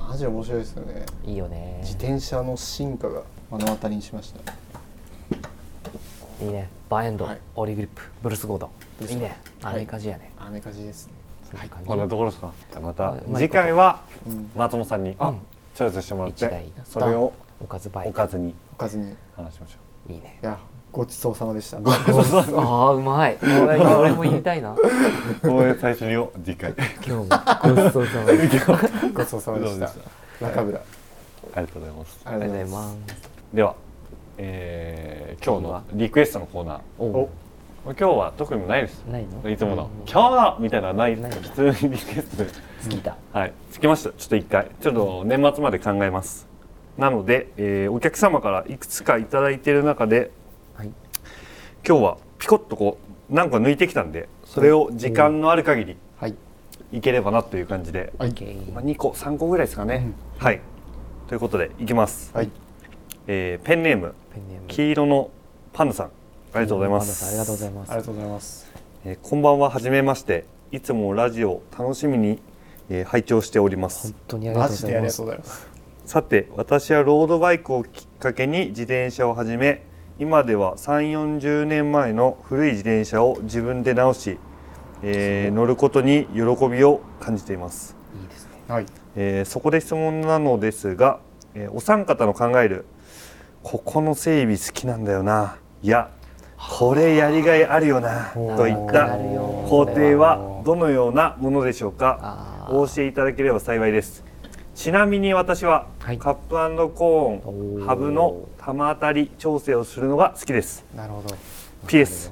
Speaker 1: マジ面白いですよね
Speaker 3: いいよね
Speaker 1: 自転車の進化が目の当たりにしました
Speaker 3: いいねバーエンド、
Speaker 1: はい
Speaker 3: オーリーグリップブルース・ゴード
Speaker 1: ブルー
Speaker 3: ン
Speaker 1: ス
Speaker 3: いいね
Speaker 1: はい
Speaker 3: アメリカじやね、
Speaker 1: アメカジですね
Speaker 3: そういう感じ
Speaker 2: こんなところですかじゃあま
Speaker 3: あ
Speaker 2: た
Speaker 3: うまいこと
Speaker 2: 次回は
Speaker 1: うん
Speaker 2: 松本さんに
Speaker 3: うん
Speaker 2: チョイスしてもらっ
Speaker 3: 一
Speaker 2: て
Speaker 3: 台
Speaker 2: それを
Speaker 3: おかずバ
Speaker 2: お
Speaker 3: イ
Speaker 2: かずに
Speaker 1: おかずにい
Speaker 2: 話しましょう
Speaker 3: いいね
Speaker 1: やごちそうさまでした
Speaker 3: ああうまいこれ俺も言いたいな
Speaker 2: これ最初にを次回
Speaker 3: 今日もごちそうさまでした
Speaker 1: ごちそうさまでし
Speaker 2: ど
Speaker 1: た
Speaker 2: うで
Speaker 1: 中村
Speaker 2: ありがとうございます
Speaker 1: あ
Speaker 3: あ
Speaker 1: りがとうござ
Speaker 3: りがとうござ
Speaker 1: い
Speaker 3: い
Speaker 1: ます
Speaker 3: ます
Speaker 2: では、えー、今日のリクエストのコーナー
Speaker 3: お
Speaker 2: お今日は特にないです
Speaker 3: ないの
Speaker 2: いつもの「
Speaker 3: うん
Speaker 2: 今日は!」みたいなのはない
Speaker 3: ない
Speaker 2: 普通にリクエストで
Speaker 3: 尽きた
Speaker 2: はいつきましたちょっと一回ちょっと年末まで考えますなので、えーお客様からいくつか頂いただいてる中で
Speaker 3: はい
Speaker 2: 今日はピコッとこう何個抜いてきたんでそれを時間のある限り
Speaker 1: はい
Speaker 2: いければなという感じで、
Speaker 1: はい
Speaker 3: OK
Speaker 2: まあ、2個3個ぐらいですかね、はいということでいきます、
Speaker 1: はい
Speaker 2: えーペンネーム
Speaker 3: ペンネーム
Speaker 2: 黄色のパンダさんありがとうございます
Speaker 3: ありがとうございま
Speaker 1: ありが
Speaker 3: す
Speaker 1: とうございます
Speaker 2: えーこんばんははじめましていつもラジオ楽しみに、えー拝聴しております
Speaker 3: 本当にありが
Speaker 1: マ
Speaker 3: とうご
Speaker 1: ジ
Speaker 3: ざ
Speaker 1: であ
Speaker 3: い
Speaker 1: り
Speaker 3: ま
Speaker 1: がと
Speaker 3: す
Speaker 1: うございます
Speaker 2: さて私はロードバイクをきっかけに自転車を始め今では3 4 0年前の古い自転車を自分で直し、えー乗ることに喜びを感じています、
Speaker 3: いいですね
Speaker 1: はい
Speaker 2: えーそこで質問なのですが、えーお三方の考えるここの整備好きなんだよないやこれやりがいあるよなといっ
Speaker 3: な
Speaker 2: た
Speaker 3: るよ
Speaker 2: 工程はどのようなものでしょうか
Speaker 3: あー
Speaker 2: お教えいただければ幸いですちなみに私はカ
Speaker 3: はい
Speaker 2: ップコー
Speaker 3: お
Speaker 2: ン
Speaker 3: ー
Speaker 2: ハブの玉当たり調整をするのが好きです
Speaker 1: なるほど
Speaker 2: PS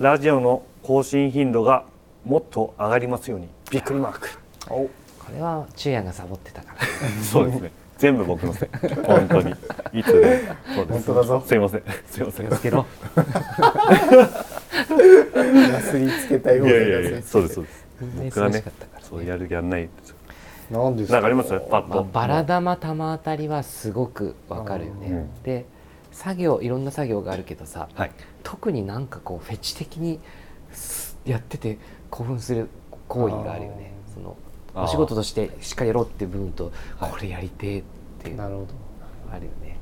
Speaker 2: ラジオの更新頻度がもっと上がりますようにびっくりマークお
Speaker 3: これはチュアンがサボってた
Speaker 1: [laughs]
Speaker 3: から
Speaker 2: そうですね全部僕のせい本当にいつでもそうです
Speaker 1: 本当だぞ
Speaker 2: すいませんすいません
Speaker 3: 気をつけろ
Speaker 1: なすりつけたよう
Speaker 2: い
Speaker 1: な
Speaker 2: や
Speaker 1: や
Speaker 2: い
Speaker 1: つ
Speaker 2: やいやそうですそうです
Speaker 3: みんな
Speaker 2: 僕が
Speaker 3: 忙
Speaker 2: ね
Speaker 3: しかったからね
Speaker 2: そうやる気やんないんですよ
Speaker 1: なんです
Speaker 2: なんかありますパッ
Speaker 3: まあ、
Speaker 2: と
Speaker 3: バラ玉玉当たりはすごくわかるよね、
Speaker 2: うん
Speaker 3: で作業いろんな作業があるけどさ
Speaker 2: はい
Speaker 3: 特になんかこうフェチ的にすやってて興奮する行為があるよね
Speaker 1: あー
Speaker 3: その
Speaker 2: あー
Speaker 3: お仕事としてしっかりやろうっていう部分と
Speaker 2: はい
Speaker 3: これやりてえっていう
Speaker 1: な
Speaker 3: の
Speaker 1: るほど
Speaker 3: あるよね、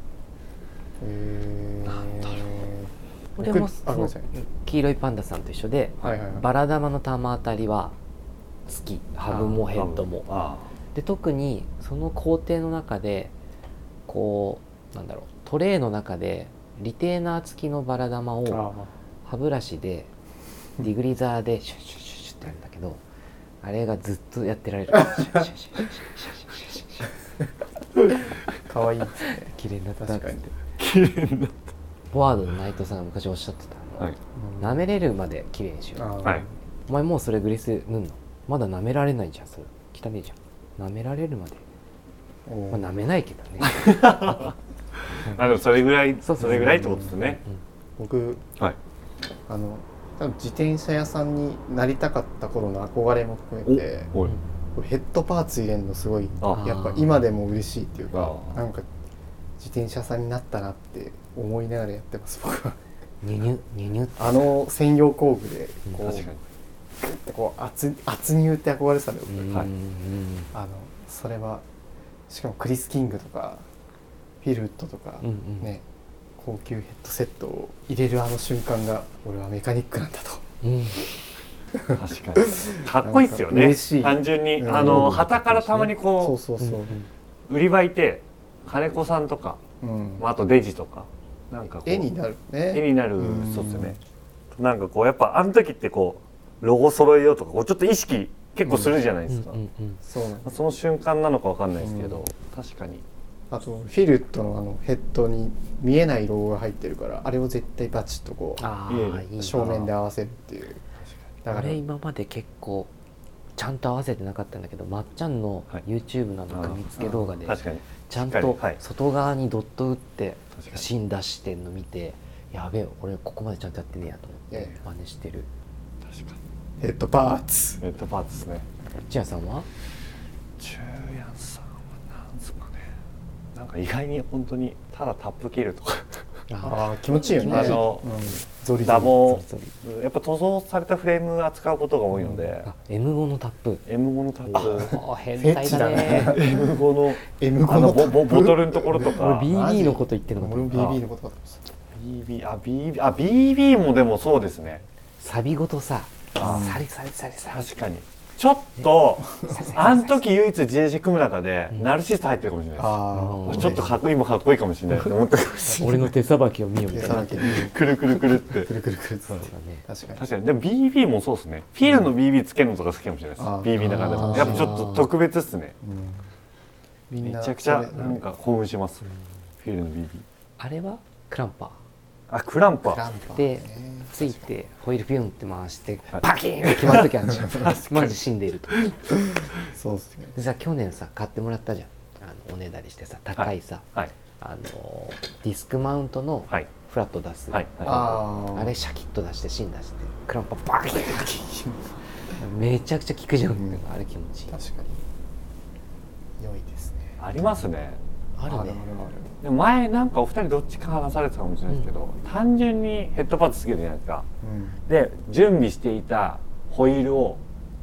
Speaker 1: えー
Speaker 2: なんだろ
Speaker 3: 俺
Speaker 1: 僕
Speaker 3: も
Speaker 1: あ
Speaker 3: そ
Speaker 1: ごめん
Speaker 3: の
Speaker 1: なさい
Speaker 3: 黄色いパンダさんと一緒で、
Speaker 1: はいはいはい
Speaker 3: バラ玉の玉当たりは好きハブもヘッドも
Speaker 2: あ
Speaker 3: で特にその工程の中でこうなんだろうトレーの中でリテーナー付きのバラ玉を
Speaker 1: あ
Speaker 3: 歯ブラシでディグリザーでシュッシュッシュッシュッってやるんだけどあれがずっとやってられるシュッシュッシュッシュッシュッシュッシュッシュッシュッ
Speaker 1: ーかわいいですね
Speaker 3: 綺麗になった
Speaker 1: 確かに
Speaker 3: っつってフォワードの内藤さんが昔おっしゃって
Speaker 2: あ
Speaker 3: た、
Speaker 2: はい
Speaker 3: 舐めれるまで綺麗にしよう
Speaker 2: はい
Speaker 3: お前もうそれグリス塗んのまだ舐められないじゃんそれ汚ねえじゃん舐められるまで、まあ、舐めないけどね
Speaker 2: あでもそれぐらい
Speaker 3: そうそう
Speaker 2: それぐらいってことですね。
Speaker 1: 僕
Speaker 2: はい。
Speaker 1: あの多分自転車屋さんになりたかった頃の憧れも含めて
Speaker 2: おい。
Speaker 1: これヘッドパーツ入れるのすごい
Speaker 2: あ
Speaker 1: やっぱ今でも嬉しいっていうか
Speaker 2: あー
Speaker 1: なんか自転車屋さんになったなって思いながらやってます僕は
Speaker 3: ニュニュニュニュって
Speaker 1: あの専用工具でこう
Speaker 2: 確かに。
Speaker 1: こう圧圧入って憧れてたのよ僕
Speaker 2: はい
Speaker 3: うん
Speaker 1: あのそれはしかもクリス・キングとかフィルウッドとか、
Speaker 3: うんうん
Speaker 1: ね高級ヘッドセットを入れるあの瞬間が俺はメカニックなんだと
Speaker 3: うん
Speaker 2: 確かに。かっこいいですよね。
Speaker 1: 嬉しい
Speaker 2: 単純に
Speaker 1: うん
Speaker 2: あの旗からたまに
Speaker 1: そう
Speaker 2: こ
Speaker 1: そうそう、
Speaker 2: う売り場いて金子さんとか、
Speaker 1: うん
Speaker 2: まああとデジとかなんかこう
Speaker 1: 絵になるね
Speaker 2: 絵になる
Speaker 1: うん
Speaker 2: そうですよね。なんかこうやっぱあの時ってこうロゴ揃えようとかこうちょっと意識結構するじゃないですか。
Speaker 3: うんうん
Speaker 1: そうなんです
Speaker 2: その瞬間なのかわかんないですけ
Speaker 1: う
Speaker 2: ど
Speaker 1: ん、
Speaker 2: 確かに。
Speaker 1: あとフィルウッドのあのヘッドに見えないロゴが入ってるからあれを絶対バチッとこ
Speaker 3: あ
Speaker 2: いえ
Speaker 3: あ
Speaker 2: いえ
Speaker 3: いいな
Speaker 1: う正面で合わせるっていうだか
Speaker 3: 俺
Speaker 1: ら
Speaker 3: 今まで結構ちゃんと合わせてなかったんだけどまっちゃんの
Speaker 2: はい
Speaker 3: YouTube のあの組み付け動画で
Speaker 2: 確かに。
Speaker 3: ちゃん
Speaker 2: しっ
Speaker 3: と
Speaker 2: かりはい
Speaker 3: 外側にドット打って
Speaker 2: 確かに
Speaker 3: 芯出してんの見てやべえ俺ここまでちゃんとやってねえやと思
Speaker 1: いや
Speaker 3: っ
Speaker 1: い
Speaker 3: て
Speaker 1: や
Speaker 3: 真似してる
Speaker 2: 確かに。
Speaker 1: ヘッドパーツ
Speaker 2: レッドパーツですね。
Speaker 3: 千谷さんは
Speaker 2: 中やんさんはなんすかねなんか意外に本当にただタップ切るとか [laughs]
Speaker 1: ああ気持ちいいよね
Speaker 2: あの
Speaker 1: うん、ゾリゾ
Speaker 2: ダ
Speaker 1: リ
Speaker 2: ボ
Speaker 3: それそ
Speaker 2: やっぱ塗装されたフレーム扱うことが多いので
Speaker 3: れあ M5 のタップ
Speaker 2: M5 のタップ
Speaker 3: ああ変態だ
Speaker 1: フ
Speaker 3: ね
Speaker 2: [laughs] M5 の
Speaker 1: M5
Speaker 2: あの
Speaker 1: のタ
Speaker 2: ボ
Speaker 1: ップ
Speaker 2: ボボトルのところと
Speaker 3: 俺
Speaker 2: か
Speaker 3: BB のこと言ってるのかと
Speaker 1: 俺
Speaker 3: 思
Speaker 1: も
Speaker 3: った
Speaker 1: BB のことだと思ってた
Speaker 2: BB あ BB あ BB もでもそうですね
Speaker 3: サビごとさ
Speaker 2: あー
Speaker 3: サリサリサリサリ
Speaker 2: 確かにちょっとあの時唯一 JC 組む中でナルシスト入ってるかもしれない
Speaker 1: あ
Speaker 2: ですちょっとかっこいいもかっこいいかもしれ
Speaker 1: [laughs]
Speaker 2: ないって思ったかもしれ
Speaker 4: 俺の手さばきを見よみ
Speaker 1: 手
Speaker 4: たい
Speaker 1: さ
Speaker 4: な
Speaker 1: ばきで
Speaker 2: ないくるくるくるって
Speaker 1: くるくる
Speaker 4: そうだね
Speaker 1: 確かに
Speaker 2: 確かにでも BB もそうですねフィルの BB つけるのとか好きかもしれないです
Speaker 1: あー
Speaker 2: BB の中で
Speaker 1: あ
Speaker 2: も
Speaker 1: ー
Speaker 2: やっぱちょっと特別っすね
Speaker 1: み
Speaker 2: め
Speaker 1: んな
Speaker 2: ちゃくちゃ
Speaker 1: それ
Speaker 2: なんか興奮しますフィルの BB
Speaker 3: あれはクランパー
Speaker 2: あクランパ
Speaker 1: クランパー
Speaker 3: で
Speaker 1: ね
Speaker 3: ついてホイールピュンって回して
Speaker 2: はい
Speaker 3: パキーンって決まる時あるじゃんマジ死んでいると
Speaker 1: そうですね
Speaker 3: でさ去年さ買ってもらったじゃんあのおねだりしてさ高いさ、
Speaker 2: はい
Speaker 3: あのディスクマウントの
Speaker 2: はい
Speaker 3: フラット出す、
Speaker 2: はいは
Speaker 1: あー
Speaker 3: あれシャキッと出して芯出してクランパーバキーンめちゃくちゃ効くじゃん、
Speaker 1: うん
Speaker 3: あれ気持ちいい
Speaker 1: 確かに良いですね
Speaker 2: いありますね
Speaker 3: あるね
Speaker 2: でも前なんかお二人どっちか話されてたかもしれないですけど、単純にヘッドパッドつけるじゃないですか
Speaker 1: うん
Speaker 2: で準備していたホイールを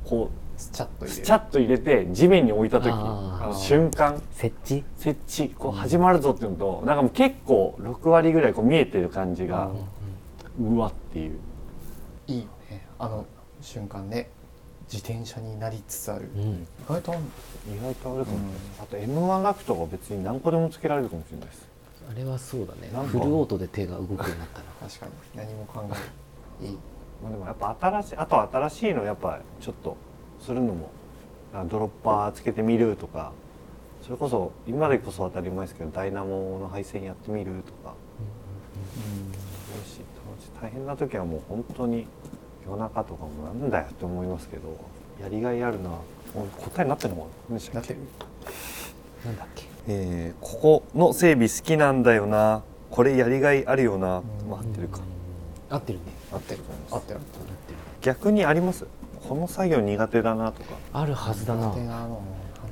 Speaker 2: こ
Speaker 1: スチャッと入
Speaker 2: う
Speaker 1: れ
Speaker 2: ス
Speaker 1: る
Speaker 2: チャッと入れて地面に置いた時
Speaker 3: あー
Speaker 2: あの瞬間
Speaker 3: 設置
Speaker 2: 設置こう始まるぞっていうのとなんかもう結構6割ぐらいこう見えてる感じがうわっていう
Speaker 1: いいよねあの瞬間ね自転車になりつつある、
Speaker 3: う
Speaker 1: 意
Speaker 3: ん
Speaker 1: 外とあんの
Speaker 2: 意外とあれかもしれない、あと m 1ラクトが別に何個でもつけられるかもしれないです
Speaker 3: あれはそうだね
Speaker 2: なんか
Speaker 3: フルオートで手が動くようになったな
Speaker 1: 確かに何も考えないいい
Speaker 2: まあでもやっぱ新しいあとは新しいのやっぱちょっとするのもあドロッパーつけてみるとかそれこそ今でこそ当たり前ですけどダイナモの配線やってみるとか楽しい楽しい大変な時はもう本当に夜中とかもなんだよって思いますけどやりがいあるなもう答えになってるのかな
Speaker 1: なってる
Speaker 3: なんだっけ
Speaker 2: えーここの整備好きなんだよなこれやりがいあるよな、
Speaker 1: うん
Speaker 2: まあ合ってるか、
Speaker 3: 合ってるね
Speaker 2: 合ってると思い
Speaker 1: あ
Speaker 2: ます
Speaker 1: ったよ
Speaker 2: 逆にありますこの作業苦手だなとか
Speaker 3: あるはずだな
Speaker 1: 苦手なの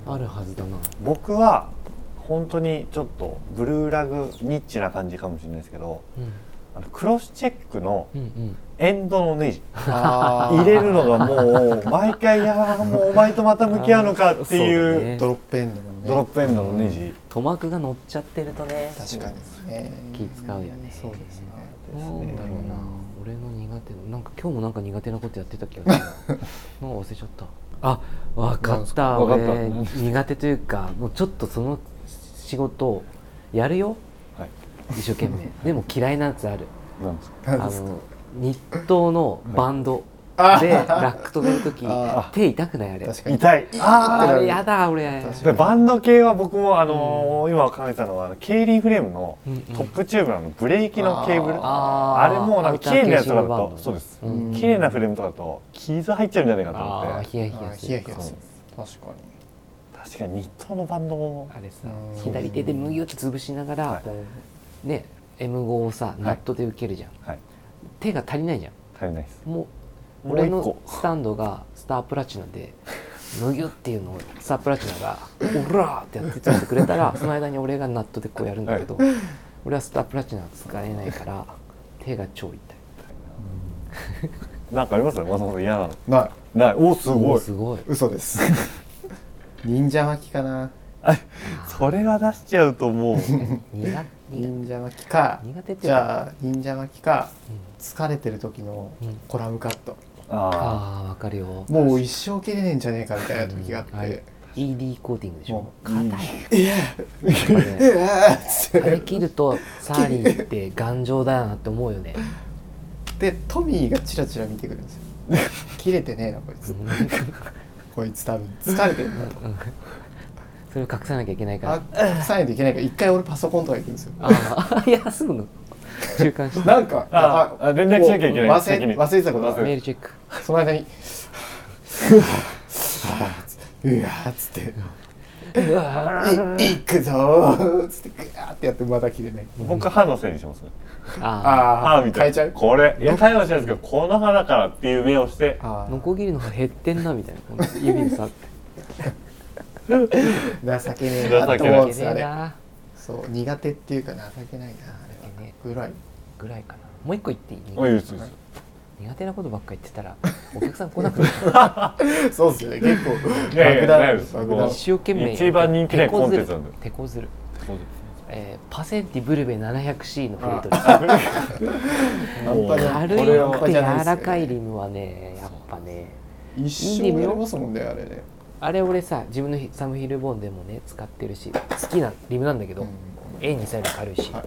Speaker 3: あるはずだな
Speaker 2: 僕は本当にちょっとブルーラグニッチな感じかもしれないですけど
Speaker 3: うん
Speaker 2: あのクロスチェックの
Speaker 3: うん
Speaker 2: エンドのネジ
Speaker 1: あー
Speaker 2: 入れるのがもう毎回いやーもうお前とまた向き合うのかってい
Speaker 3: そう
Speaker 2: う
Speaker 3: だね
Speaker 1: ドロップエンドのね
Speaker 2: ドロップエンドのネジ
Speaker 3: 塗膜が乗っちゃってるとね
Speaker 1: 確かにね
Speaker 3: 気使うよね
Speaker 1: そうですね
Speaker 3: なんだろうな俺の苦手ななんか今日もなんか苦手なことやってた気
Speaker 1: [laughs]
Speaker 3: がするなんか忘れちゃったあわか
Speaker 1: なん
Speaker 3: っ
Speaker 1: す
Speaker 3: た
Speaker 2: わかっ
Speaker 3: 俺
Speaker 2: た
Speaker 3: 苦手というかもうちょっとその仕事をやるよ
Speaker 2: はい
Speaker 3: 一生懸
Speaker 1: [laughs]
Speaker 3: 命でも嫌いなやつある
Speaker 2: なんですか
Speaker 3: あ
Speaker 1: 何ですか
Speaker 3: の日東のバンド
Speaker 1: [laughs] あ
Speaker 3: でラック止める時
Speaker 1: あ
Speaker 3: 手痛くないあれ
Speaker 1: 確かに
Speaker 2: 痛い
Speaker 3: あ
Speaker 2: あ
Speaker 3: ーやだ
Speaker 1: 確
Speaker 3: 俺
Speaker 1: かに
Speaker 2: ーでバンド系は僕もあのー今考えてたのはあの競輪フレームの
Speaker 3: うんうん
Speaker 2: トップチューブのあのブレーキのケーブルあ
Speaker 3: あー
Speaker 2: れもなんか綺麗なやつだとそうです
Speaker 3: うん
Speaker 2: 綺麗なフレームとかだと傷入っちゃうんじゃないかと思
Speaker 3: あ
Speaker 2: っ
Speaker 3: ー
Speaker 2: て
Speaker 3: ヒヤヒ
Speaker 1: あ
Speaker 3: ヤ
Speaker 1: ー
Speaker 3: す
Speaker 1: ヒヤ
Speaker 3: る
Speaker 1: ヒヤする確か
Speaker 2: 確かに日東のバンドも
Speaker 3: あれさ
Speaker 1: うん
Speaker 3: 左手で麦を潰しながら、
Speaker 2: はい
Speaker 3: ね M5 をさナットで受けるじゃん、
Speaker 2: はい
Speaker 3: 手が足りないじゃ
Speaker 2: 足りないです
Speaker 3: んもう
Speaker 2: もう
Speaker 3: 俺
Speaker 2: 一
Speaker 3: の
Speaker 2: 個
Speaker 3: スタンドがスタープラチナで「むぎゅ」っていうのをスタープラチナが「オラ!」ってやってついてくれたらその間に俺がナットでこうやるんだけど、俺はスタープラチナは使えないから手が超痛い
Speaker 2: なんかありますよ松本さん嫌なの
Speaker 1: にない
Speaker 2: ないおす
Speaker 3: お
Speaker 2: ご
Speaker 3: ー
Speaker 2: い
Speaker 3: すごい
Speaker 1: 嘘です
Speaker 3: [laughs]
Speaker 1: 忍者巻きかな
Speaker 2: それは出しちゃうともう
Speaker 3: [laughs] 苦苦
Speaker 1: 忍者巻きか
Speaker 3: 苦手ってい
Speaker 1: じ
Speaker 3: うか
Speaker 1: ゃあ忍者巻きか
Speaker 3: うん
Speaker 1: 疲れてる時の
Speaker 3: うん
Speaker 1: コラムカット
Speaker 2: あ
Speaker 3: ああ分かるよ
Speaker 1: もう一生切れねえんじゃねえかみたいな時があって、
Speaker 3: うんあれ ED コーティングでしょ
Speaker 1: も
Speaker 3: 硬いやっぱね
Speaker 1: ええっつっ
Speaker 3: あれ
Speaker 1: て
Speaker 3: 切るとサーリーって頑丈だよなって思うよね。
Speaker 1: でトミーがチラチラ見てくるんですよ切れてねえなこいつこいつ多分疲れてるなと
Speaker 3: [laughs] それを隠さなきゃいけないから。
Speaker 1: あ隠さないといけないから一回俺パソコンとか行くんですよ
Speaker 3: あ [laughs] あ、いや、すぐの。中間して。
Speaker 1: なんか
Speaker 2: ああ連絡しなきゃいけない
Speaker 1: もう
Speaker 2: 先
Speaker 1: 忘
Speaker 2: に
Speaker 1: れ忘れてたことあ
Speaker 2: 忘
Speaker 3: メー
Speaker 1: る
Speaker 3: ルチェック。
Speaker 1: その間にうわーっつって
Speaker 3: うわ
Speaker 1: 「いくぞー」っつってグワーってやってまだ切れない
Speaker 2: ー僕歯のせいにしますね
Speaker 3: ーあ
Speaker 1: あ
Speaker 2: 歯
Speaker 1: あ
Speaker 2: みた
Speaker 1: 変え
Speaker 2: い
Speaker 1: ちゃ
Speaker 2: な
Speaker 1: う
Speaker 2: これいや歯はしないですけどこの歯だからっていう目をして
Speaker 1: あ
Speaker 3: あ、
Speaker 1: ー
Speaker 3: ノコギリの方が減ってんなみたいな。この指にさって。
Speaker 1: 情けねえなと思うんですよあれ
Speaker 3: な。
Speaker 1: そう苦手っていうか情けないなあれはねぐらい
Speaker 3: ぐらいかな。もう一個言っていい
Speaker 2: おいですです
Speaker 3: 苦手なことばっか言ってたら、お客さん来なくなる。
Speaker 1: そうっすよね結構
Speaker 2: いやい
Speaker 1: 爆
Speaker 2: や
Speaker 1: 弾
Speaker 2: ないです
Speaker 1: 爆
Speaker 2: もう
Speaker 1: 弾
Speaker 3: 一生懸命。
Speaker 2: 一番人気ないコンテンツなんだよ
Speaker 3: 手こずる。手こずる。えーパセンティブルベ 700C のフレート
Speaker 1: 半端じ
Speaker 3: リム
Speaker 1: ゃ
Speaker 3: 軽
Speaker 1: これは
Speaker 3: く
Speaker 1: 半端
Speaker 3: て柔
Speaker 1: じゃないですよね
Speaker 3: らかいリムはねやっぱね
Speaker 1: 一生やりますもんねあれね
Speaker 3: あれ俺さ自分のひサムヒルボーンでもね使ってるし好きなリムなんだけど、A2 より軽いし、
Speaker 1: はい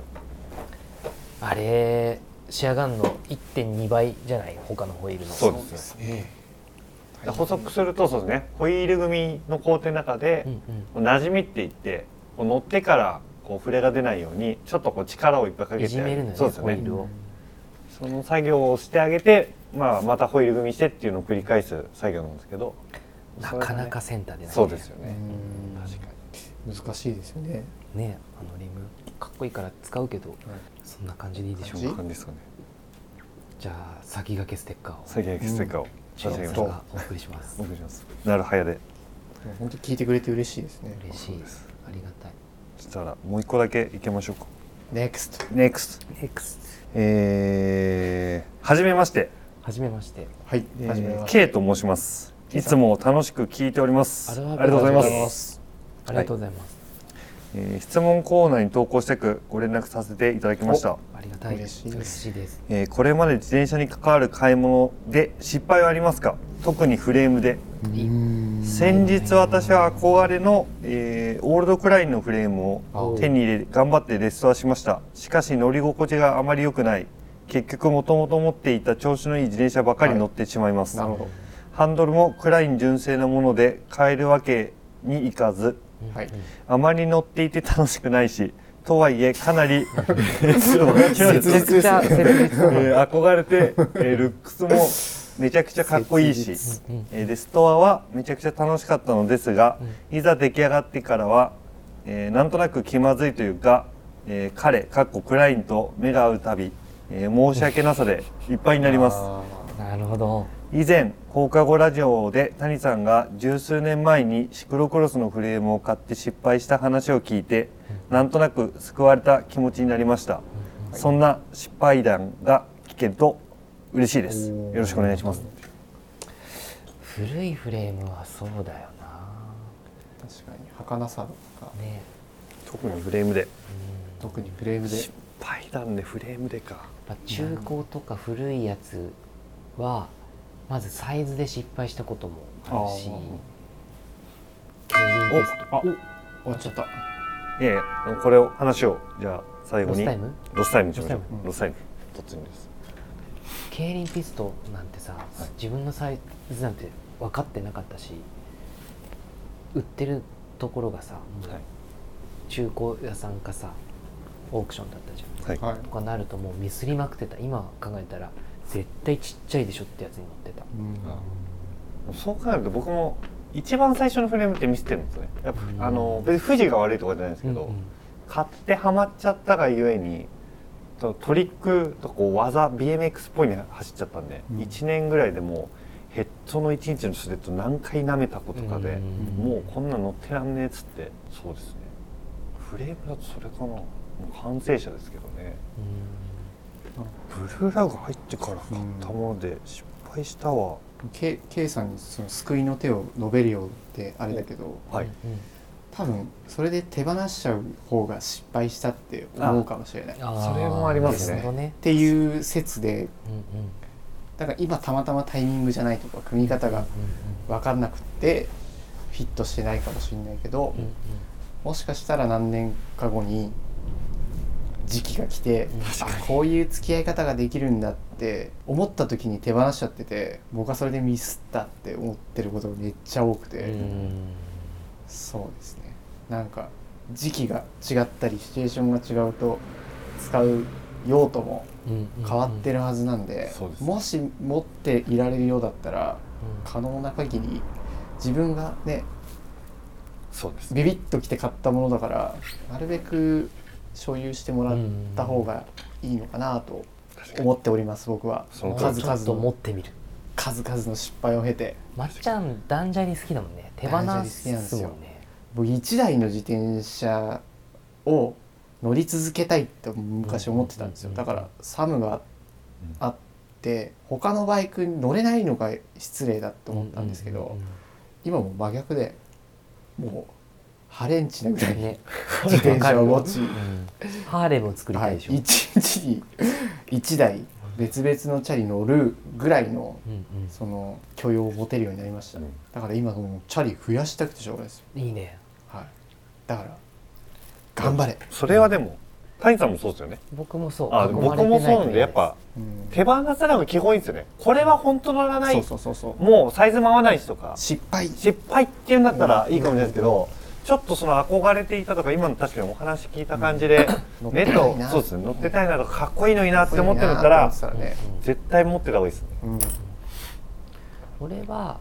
Speaker 3: あれ仕上がんの1.2倍じゃない他のホイールの
Speaker 2: そうで
Speaker 1: す
Speaker 2: す
Speaker 1: ね
Speaker 2: で補足するとそうですねホイール組の工程の中で
Speaker 3: うんうん
Speaker 2: 馴染みって言ってこう乗ってからこう触れが出ないようにちょっとこう力をいっぱいかけて
Speaker 3: いじめるのよね
Speaker 2: そうですよ
Speaker 3: ホイー
Speaker 2: ね
Speaker 3: ルを、
Speaker 2: その作業をしてあげて、まあ、またホイール組みしてっていうのを繰り返す作業なんですけど
Speaker 3: なかなかセンターでないね
Speaker 2: そうですよね
Speaker 3: うん
Speaker 2: 確かに
Speaker 1: 難しいですよね
Speaker 3: ねあのリムかっこいいから使うけど、そんな感じでいいでしょう
Speaker 1: 感
Speaker 3: か
Speaker 1: じ
Speaker 2: 感じですかね
Speaker 3: じゃあ先駆けステッカーを
Speaker 2: 先にステッカーを差し上げま
Speaker 3: さ
Speaker 2: しょ
Speaker 3: ん
Speaker 2: う
Speaker 3: がお送りします
Speaker 2: お願いしますなるはやで
Speaker 1: 本当聞いてくれて嬉しいですね
Speaker 3: 嬉しいですありがたい
Speaker 2: そしたらもう一個だけいきましょうか
Speaker 1: NEXT
Speaker 2: NEXT
Speaker 3: ネクス
Speaker 2: えー、はじめまして
Speaker 3: はじめまして
Speaker 1: はい
Speaker 2: え
Speaker 1: 始め
Speaker 2: ー
Speaker 1: ま
Speaker 2: K と申しますいつも楽しく聞いております
Speaker 3: あ
Speaker 2: あり
Speaker 3: りが
Speaker 2: がと
Speaker 3: とう
Speaker 2: う
Speaker 3: ご
Speaker 2: ござ
Speaker 3: ざい
Speaker 2: い
Speaker 3: ま
Speaker 2: ますす、
Speaker 3: ありがとうございます、
Speaker 2: えー質問コーナーに投稿してくご連絡させていただきました
Speaker 3: ありがたい
Speaker 1: 嬉しいです
Speaker 3: 嬉しいです
Speaker 2: えーこれまで自転車に関わる買い物で失敗はありますか特にフレームで先日私は憧れの、えーオールドクラインのフレームを手に入れ頑張ってレストアしましたしかし乗り心地があまり良くない結局もともと持っていた調子のいい自転車ばかり乗ってしまいます、
Speaker 1: なるほ
Speaker 2: ハンドルもクライン純正のもので買えるわけにいかず
Speaker 1: どはい
Speaker 2: あまり乗っていて楽しくないしとはいえか
Speaker 1: [laughs]
Speaker 2: なり [laughs] ちょっと待ってちょっと待
Speaker 1: 切
Speaker 2: って
Speaker 1: 実ですね
Speaker 2: えー憧れて、えールックスもめちゃくちゃかっこいいし、えーでストアはめちゃくちゃ楽しかったのですが、いざ出来上がってからは、えーなんとなく気まずいというか、えー彼かっこクラインと目が合うたび、えー申し訳なさでいっぱいになります。
Speaker 3: なるほど
Speaker 2: 以前放課後ラジオで谷さんが十数年前にシクロクロスのフレームを買って失敗した話を聞いてなんとなく救われた気持ちになりましたそんな失敗談が聞けると嬉しいですよろしくお願いします
Speaker 3: 古いフレームはそうだよな
Speaker 1: 確かに儚さが
Speaker 3: ね
Speaker 2: 特にフレームで
Speaker 1: 特にフレームで
Speaker 2: 失敗談でフレームでか
Speaker 3: やっぱ中古とか古いやつはまずサイズで失敗したこともあるし競輪テスト
Speaker 2: あ
Speaker 1: 終わっちゃった
Speaker 2: いえいえこれを話をじゃあ最後
Speaker 3: ロス
Speaker 2: に
Speaker 3: タイム
Speaker 2: ロスタイムにしましょう
Speaker 1: ム
Speaker 2: ロスタイム突入です
Speaker 3: 競輪ピストなんてさ、自分のサイズなんて分かってなかったし売ってるところがさ、
Speaker 2: はい
Speaker 3: 中古屋さんかさオークションだったじゃん
Speaker 2: はい
Speaker 1: はい
Speaker 3: とかなるともうミスりまくってた今考えたら絶対ちっちゃいでしょってやつに乗ってた
Speaker 2: そう考えると僕も一番最初のフレームって見せてるんですねやっぱ、
Speaker 3: うん
Speaker 2: あの別に富士が悪いとかじゃないんですけど、
Speaker 3: うんうん
Speaker 2: 買ってハマっちゃったがゆえにとトリックとこう技 BMX っぽいの走っちゃったんで、
Speaker 1: うん
Speaker 2: 1年ぐらいでもうヘッドの1日のスレッド何回舐めたことかで、
Speaker 3: うん
Speaker 2: もうこんなん乗ってらんねえっつってそうですねフレームだとそれかなもう完成車ですけどねブルーラグ入ってから買ったもので失敗したわ、
Speaker 1: K, K さんにその救いの手を述べるようってあれだけど
Speaker 2: はい
Speaker 1: 多分それで手放しちゃう方が失敗したって思うかもしれないっ
Speaker 2: それもあります
Speaker 1: ね
Speaker 3: なるほどね
Speaker 1: ていう説で
Speaker 3: うんうん
Speaker 1: だから今たまたまタイミングじゃないとか組み方が分かんなくってフィットしてないかもしれないけど、
Speaker 3: うんうん
Speaker 1: もしかしたら何年か後に時期が来て、あこういう付き合い方ができるんだって思った時に手放しちゃってて僕はそれでミスったって思ってることがめっちゃ多くて、
Speaker 3: うん
Speaker 1: そうですねなんか時期が違ったりシチュエーションが違うと使う用途も
Speaker 3: うんうん
Speaker 1: 変わってるはずなんで,、
Speaker 2: そうです
Speaker 1: もし持っていられるようだったら
Speaker 3: うん
Speaker 1: 可能な限り自分がね
Speaker 2: そうです
Speaker 1: ビビッときて買ったものだからなるべく所有してもらった方がいいのかなと思っております僕は
Speaker 2: その通
Speaker 1: 数
Speaker 3: ちょっと
Speaker 1: 々
Speaker 3: 持
Speaker 1: の
Speaker 3: ってみる
Speaker 1: 数々の失敗を経て
Speaker 3: まっちゃんダンジャリ好きだもんね手放すもんね
Speaker 1: 僕1台の自転車を乗り続けたいって昔思ってたんですよ
Speaker 3: うん
Speaker 1: だからサムがあって他のバイクに乗れないのが失礼だと思ったんですけど、
Speaker 3: う
Speaker 1: 今もう真逆でもうハレンチなぐら
Speaker 3: う
Speaker 1: い
Speaker 3: ん
Speaker 1: 自転車を持ち
Speaker 3: うんハーレムを作り
Speaker 1: は
Speaker 3: たい
Speaker 1: い、
Speaker 3: でしょ、
Speaker 1: 1日に1台別々のチャリ乗るぐらいの
Speaker 3: うんうん
Speaker 1: その許容を持てるようになりました、
Speaker 2: うん
Speaker 1: だから今もうチャリ増やしたくてしょうがないです、
Speaker 3: いいね
Speaker 1: はい、だから頑張れ、
Speaker 2: それはでも谷さんもそうですよね
Speaker 3: 僕もそう
Speaker 2: あ
Speaker 3: 囲まれ
Speaker 2: 僕
Speaker 3: て
Speaker 2: も
Speaker 3: な
Speaker 2: そ
Speaker 3: い
Speaker 2: うなん
Speaker 3: と嫌
Speaker 2: でやっぱ
Speaker 1: うん
Speaker 2: 手放せないのが基本いいですよねこれは本当ならない
Speaker 1: そうそうそうそう
Speaker 2: もうサイズも合わないしとか
Speaker 1: 失敗
Speaker 2: 失敗っていうんだったらいいかもしれないですけど、ちょっとその憧れていたとか今の確かにお話聞いた感じで、 [clears throat]
Speaker 1: うん
Speaker 2: 目
Speaker 1: 乗ってた
Speaker 2: と
Speaker 1: いな
Speaker 2: そうですね乗ってたいなとかかっこいいのになって思ってるんだったら
Speaker 1: そうやなと思ってたらね
Speaker 2: 絶対持ってた方がいいですね。
Speaker 1: うん
Speaker 3: 俺は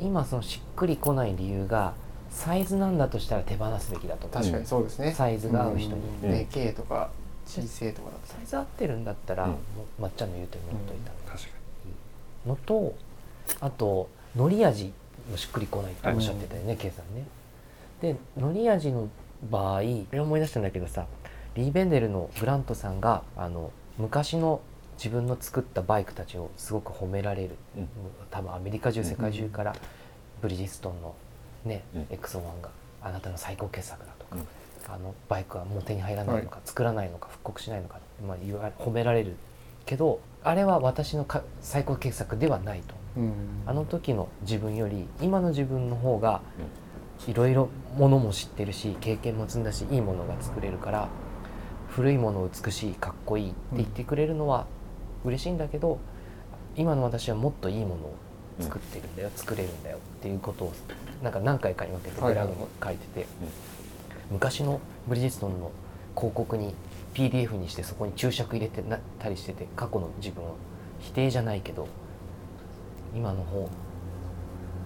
Speaker 3: 今そのしっくりこない理由がサイズなんだとしたら手放すべきだと思う
Speaker 1: 確かにそうですね、
Speaker 3: サイズが合う人に
Speaker 1: うんでけえとか小せえとかだった
Speaker 3: サイズ合ってるんだったら、
Speaker 2: うん
Speaker 3: もうまっちゃんの言うとりに乗っといた方が
Speaker 2: 確か
Speaker 3: いいのとあと海苔味もしっくりこないっておっしゃってたよね、ケイさんね。で海苔味の場合これ思い出したんだけどさリーベンデルのグラントさんがあの昔の自分の作ったバイクたちをすごく褒められる、
Speaker 2: うん
Speaker 3: 多分アメリカ中世界中からブリヂストンの、ね
Speaker 2: うん
Speaker 3: エクソワンがあなたの最高傑作だとか、
Speaker 2: うん
Speaker 3: あのバイクはもう手に入らないのか、作らないのか復刻しないのか、まあ、言わ褒められるけどあれは私のか最高傑作ではないと
Speaker 1: うん
Speaker 3: あの時の自分より今の自分の方が
Speaker 2: うん
Speaker 3: いろいろものも知ってるし経験も積んだしいいものが作れるから古いものを美しいかっこいいって言ってくれるのは嬉しいんだけど今の私はもっといいものを作ってるんだよ、作れるんだよっていうことをなんか何回かに分けて
Speaker 1: はい
Speaker 3: ブラグも書いてて、昔のブリヂストンの広告に PDF にしてそこに注釈入れてなったりしてて過去の自分を否定じゃないけど今の方っ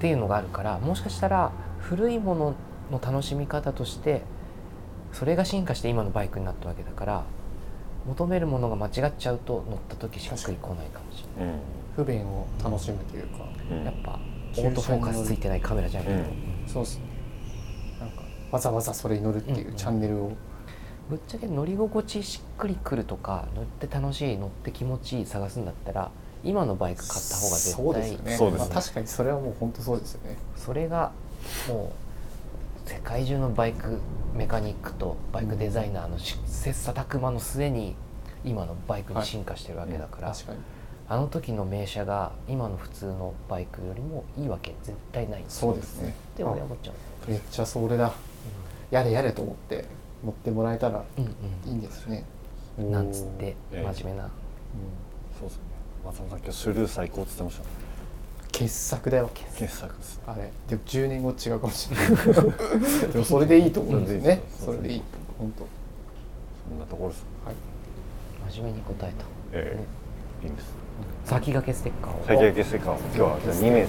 Speaker 3: ていうのがあるからもしかしたら古いものの楽しみ方としてそれが進化して今のバイクになったわけだから求めるものが間違っちゃうと乗った時しっくりこないかもしれ
Speaker 2: に。
Speaker 1: 不便を楽しむというか
Speaker 2: うん
Speaker 3: ないやっぱオートフォーカスついてないカメラじゃないけど、
Speaker 2: うん
Speaker 1: そうですねなんかわざわざそれに乗るっていううんチャンネルを
Speaker 3: ぶっちゃけ乗り心地しっくりくるとか乗って楽しい乗って気持ちいい探すんだったら今のバイク買った方が絶対
Speaker 1: そうですよね
Speaker 2: そうですね
Speaker 1: まあ確かにそれはもう本当そうですよね
Speaker 3: それがもう世界中のバイクメカニックとバイクデザイナーのし切磋琢磨の末に今のバイクに進化してるわけだから、
Speaker 1: 確かに
Speaker 3: あの時の名車が今の普通のバイクよりもいいわけ絶対ない
Speaker 1: そうですね
Speaker 3: って俺は思っちゃう、
Speaker 1: めっちゃそれだやれやれと思って乗ってもらえたら
Speaker 3: うん
Speaker 1: いいんですね
Speaker 3: うん、なんつって
Speaker 2: おー
Speaker 3: 真面目な
Speaker 2: そうですね。松本さん今日スルー最高って言ってましたね。
Speaker 1: うん傑作だよ
Speaker 2: 傑作です。
Speaker 1: あれでも10年後違うかもし [laughs] れないでもそれでいいと思うんですね
Speaker 2: そ
Speaker 1: そ
Speaker 2: れ
Speaker 1: れ
Speaker 2: で
Speaker 1: で
Speaker 2: い
Speaker 1: い
Speaker 2: い
Speaker 1: い本当
Speaker 2: そんなところです。
Speaker 1: はい
Speaker 3: 真面目に答えた
Speaker 2: え
Speaker 3: ね
Speaker 2: えいいんです。
Speaker 3: 先駆けステッカーを、
Speaker 2: 最低傑作を今日はじゃあ二名様に。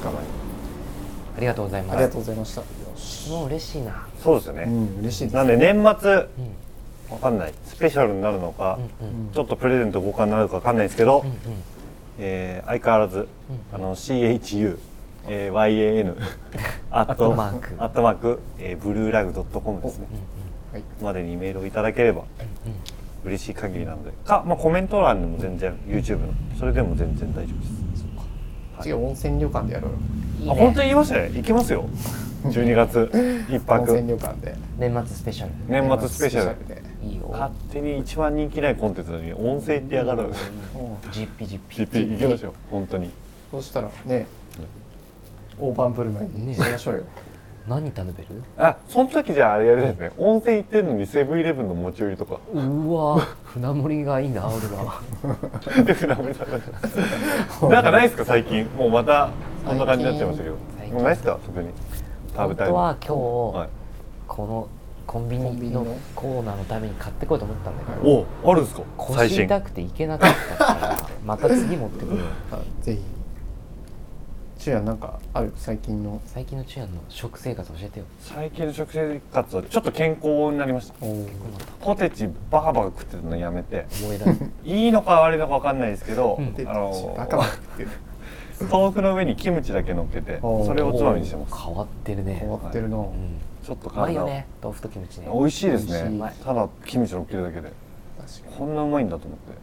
Speaker 3: ありがとうござい
Speaker 1: あ
Speaker 3: ま
Speaker 1: りが
Speaker 3: す
Speaker 1: とうございました
Speaker 3: もう嬉しいな、
Speaker 2: そうですよね。
Speaker 1: うん嬉しいです
Speaker 2: なんで年末
Speaker 3: うん
Speaker 2: わかんないスペシャルになるのか、
Speaker 3: うんうん
Speaker 2: ちょっとプレゼント交換になるかわかんないですけど、
Speaker 3: うん
Speaker 2: えー相変わらず、
Speaker 3: うん
Speaker 2: あの CHU、えー YAN
Speaker 3: [laughs]
Speaker 2: アッ
Speaker 3: トマーク
Speaker 2: アットマーク、えー、ブルーラグドットコムですね、
Speaker 1: はい
Speaker 2: までにメールをいただければ
Speaker 3: うんうん
Speaker 2: 嬉しい限りなのでか、まあ、コメント欄でも全然 YouTube のそれでも全然大丈夫です
Speaker 1: 次は温泉旅館でやろうよ
Speaker 3: いい
Speaker 2: あ本当
Speaker 3: ね、
Speaker 2: に言いましたね行きますよ12月一
Speaker 3: [laughs]
Speaker 1: 温
Speaker 2: 泊
Speaker 1: 泉旅館で
Speaker 3: 年末スペシャル
Speaker 2: 年末スペシャル
Speaker 1: で
Speaker 3: いいよ
Speaker 2: 勝手に一番人気ないコンテンツなのに温泉行ってやが
Speaker 3: [laughs]
Speaker 2: る
Speaker 3: ジッピジッピ
Speaker 2: ピッピ行きましょう本当に
Speaker 1: そうしたらね大盤振る舞いにしましょうよ
Speaker 3: 何頼べる
Speaker 2: あその時じゃああれやりたいですね温泉行ってるのにセブンイレブンの持ち寄りとか [laughs]
Speaker 3: うわ [laughs] 船盛りがいいな [laughs] 俺は
Speaker 2: で船盛りさんがなんかないですか最近もうまたそんな感じになっちゃいましたけ
Speaker 3: 最
Speaker 2: ど
Speaker 3: 近
Speaker 2: もうないですか特に食べ
Speaker 3: 本
Speaker 2: たい
Speaker 3: 当
Speaker 2: の
Speaker 3: は今日、
Speaker 2: はい、
Speaker 3: このコンビ
Speaker 1: コンビ
Speaker 3: ニ
Speaker 1: ニの
Speaker 3: のコーナーのために買ってこようと思ったんだけど
Speaker 2: おあるんですか最
Speaker 3: 腰
Speaker 2: 新
Speaker 3: 痛くて行けなかったからまた次持ってくる
Speaker 1: はいぜひちゅうやんなんかある最近の
Speaker 3: 最近のチュアの食生活教えてよ
Speaker 2: 最近の食生活はちょっと健康になりましたポテチバカバカ食ってたのやめて
Speaker 3: 思い出す
Speaker 2: いいのか悪いのかわかんないですけど、
Speaker 3: うん
Speaker 2: あ
Speaker 1: バカバ
Speaker 2: の
Speaker 1: カっていう
Speaker 2: 豆腐の上にキムチだけ乗っけて
Speaker 1: おー
Speaker 2: [laughs] それをおつまみにしてます
Speaker 3: 変わってるね
Speaker 1: 変わってるな
Speaker 3: うん
Speaker 2: ちょっと
Speaker 3: うま
Speaker 2: 体
Speaker 3: いよ
Speaker 2: を
Speaker 3: ね豆腐とキムチね
Speaker 2: 美味しいです
Speaker 1: 美味し
Speaker 2: ね
Speaker 1: い
Speaker 2: ただキムチ乗っけるだけで
Speaker 1: 確かに
Speaker 2: こんなうまいんだと思って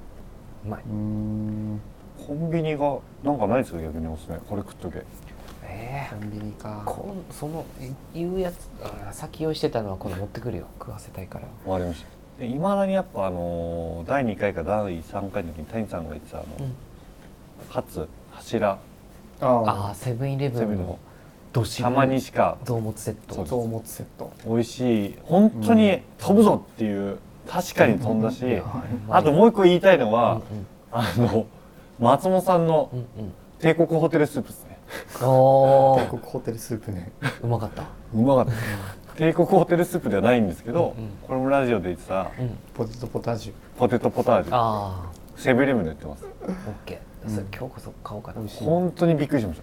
Speaker 3: うまいう
Speaker 1: ーん
Speaker 2: コンビニがなんかないですか逆におすすめこれ食っとけ
Speaker 3: ええ
Speaker 1: コンビニか
Speaker 3: こんその言うやつあー先用意してたのは今度持ってくるよ食わせたいから
Speaker 2: わかりましいまだにやっぱあのー第2回か第3回の時に谷さんが言ってたあの、
Speaker 3: うん
Speaker 2: 初柱
Speaker 1: あ
Speaker 3: ああセブンイレブ
Speaker 2: セブ
Speaker 3: ン
Speaker 2: ンの
Speaker 3: のどし
Speaker 2: たまにしか
Speaker 3: 臓物セット
Speaker 2: そう
Speaker 1: あ臓物セット
Speaker 2: 美味しい本当に飛ぶぞっていう確かに飛んだし、
Speaker 3: いやあれ
Speaker 2: あともう一個言いたいのは、
Speaker 3: うん
Speaker 2: あの松本さんの
Speaker 3: うんうんうん
Speaker 2: 帝国ホテルスープですね
Speaker 3: お
Speaker 1: 帝
Speaker 3: ー
Speaker 1: 国ホテルスープね
Speaker 3: うまかった
Speaker 2: うまかった帝国ホテルスープではないんですけど、
Speaker 3: うんうん
Speaker 2: これもラジオで言ってた
Speaker 3: うん
Speaker 1: ポテトポタージ
Speaker 2: ポテトポタージュ
Speaker 3: あ
Speaker 2: セブンイレブンで売ってます
Speaker 3: あオッケーそれ今日こそ買おうかな
Speaker 1: 美味しい
Speaker 2: 本当にびっくりしまし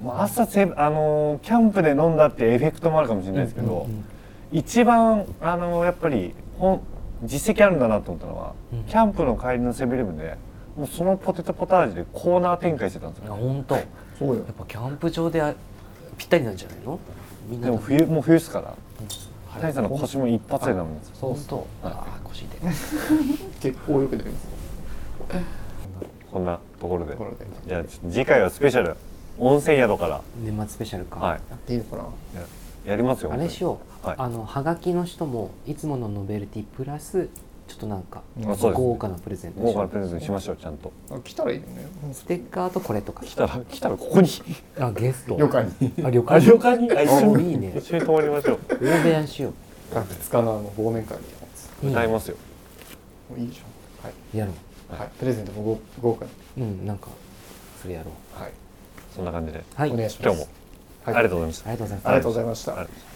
Speaker 2: たもう朝セブあのーキャンプで飲んだってエフェクトもあるかもしれないですけど、
Speaker 3: うんうん
Speaker 2: 一番あのーやっぱり本実績あるんだなと思ったのは、
Speaker 3: うん
Speaker 2: キャンプの帰りのセブンイレブンでもうそのポテトポタージュでコーナー展開してたんです
Speaker 3: あ
Speaker 2: よ
Speaker 3: 本当や
Speaker 1: ュそうよ
Speaker 3: っぱキャンプ場であぴったりなんじゃないのみんな
Speaker 2: でも冬もう冬ですから谷さんの腰も一発で飲むんですよ
Speaker 3: そうすと
Speaker 2: はい
Speaker 3: ああ腰で
Speaker 1: 結構よく出るんですよ
Speaker 2: こんなところで
Speaker 1: ところで
Speaker 2: じゃあちょっと次回はスペシャル温泉宿から
Speaker 3: 年末スペシャルか
Speaker 2: はい
Speaker 1: やっていいのかな
Speaker 2: ややりますよ
Speaker 3: あれしよう、
Speaker 2: はい
Speaker 3: あのはがきの人もいつものノベルティプラスちょっとなんか
Speaker 2: 本当にあそうですね
Speaker 3: 豪華なプレゼントで
Speaker 2: 豪
Speaker 3: しょ
Speaker 2: 華なプレゼントしましょうちゃんと
Speaker 1: あ来たらいいよね
Speaker 3: ステッカーとこれとか
Speaker 2: 来たら来たらここに
Speaker 3: あゲスト
Speaker 1: 旅館に
Speaker 3: あ旅
Speaker 2: あ
Speaker 3: 館
Speaker 2: 旅館にあ一緒
Speaker 3: お
Speaker 2: に
Speaker 3: いいね
Speaker 2: 一緒に泊まりましょう
Speaker 3: 大部屋しよ
Speaker 1: あ2日のあの忘年会みたいなやつ
Speaker 3: ういい
Speaker 2: 歌い
Speaker 3: ね
Speaker 2: ますよ
Speaker 1: もういいじゃんはい、
Speaker 3: やろ
Speaker 1: はい、プレゼントも豪豪華に
Speaker 3: ううんなんかそれやろう
Speaker 1: はい
Speaker 2: そんな感じで
Speaker 3: はい
Speaker 1: お願いします
Speaker 2: 今日もありがとうございました
Speaker 3: ありがとうございます
Speaker 1: ありがとうございました
Speaker 2: ありがとうございました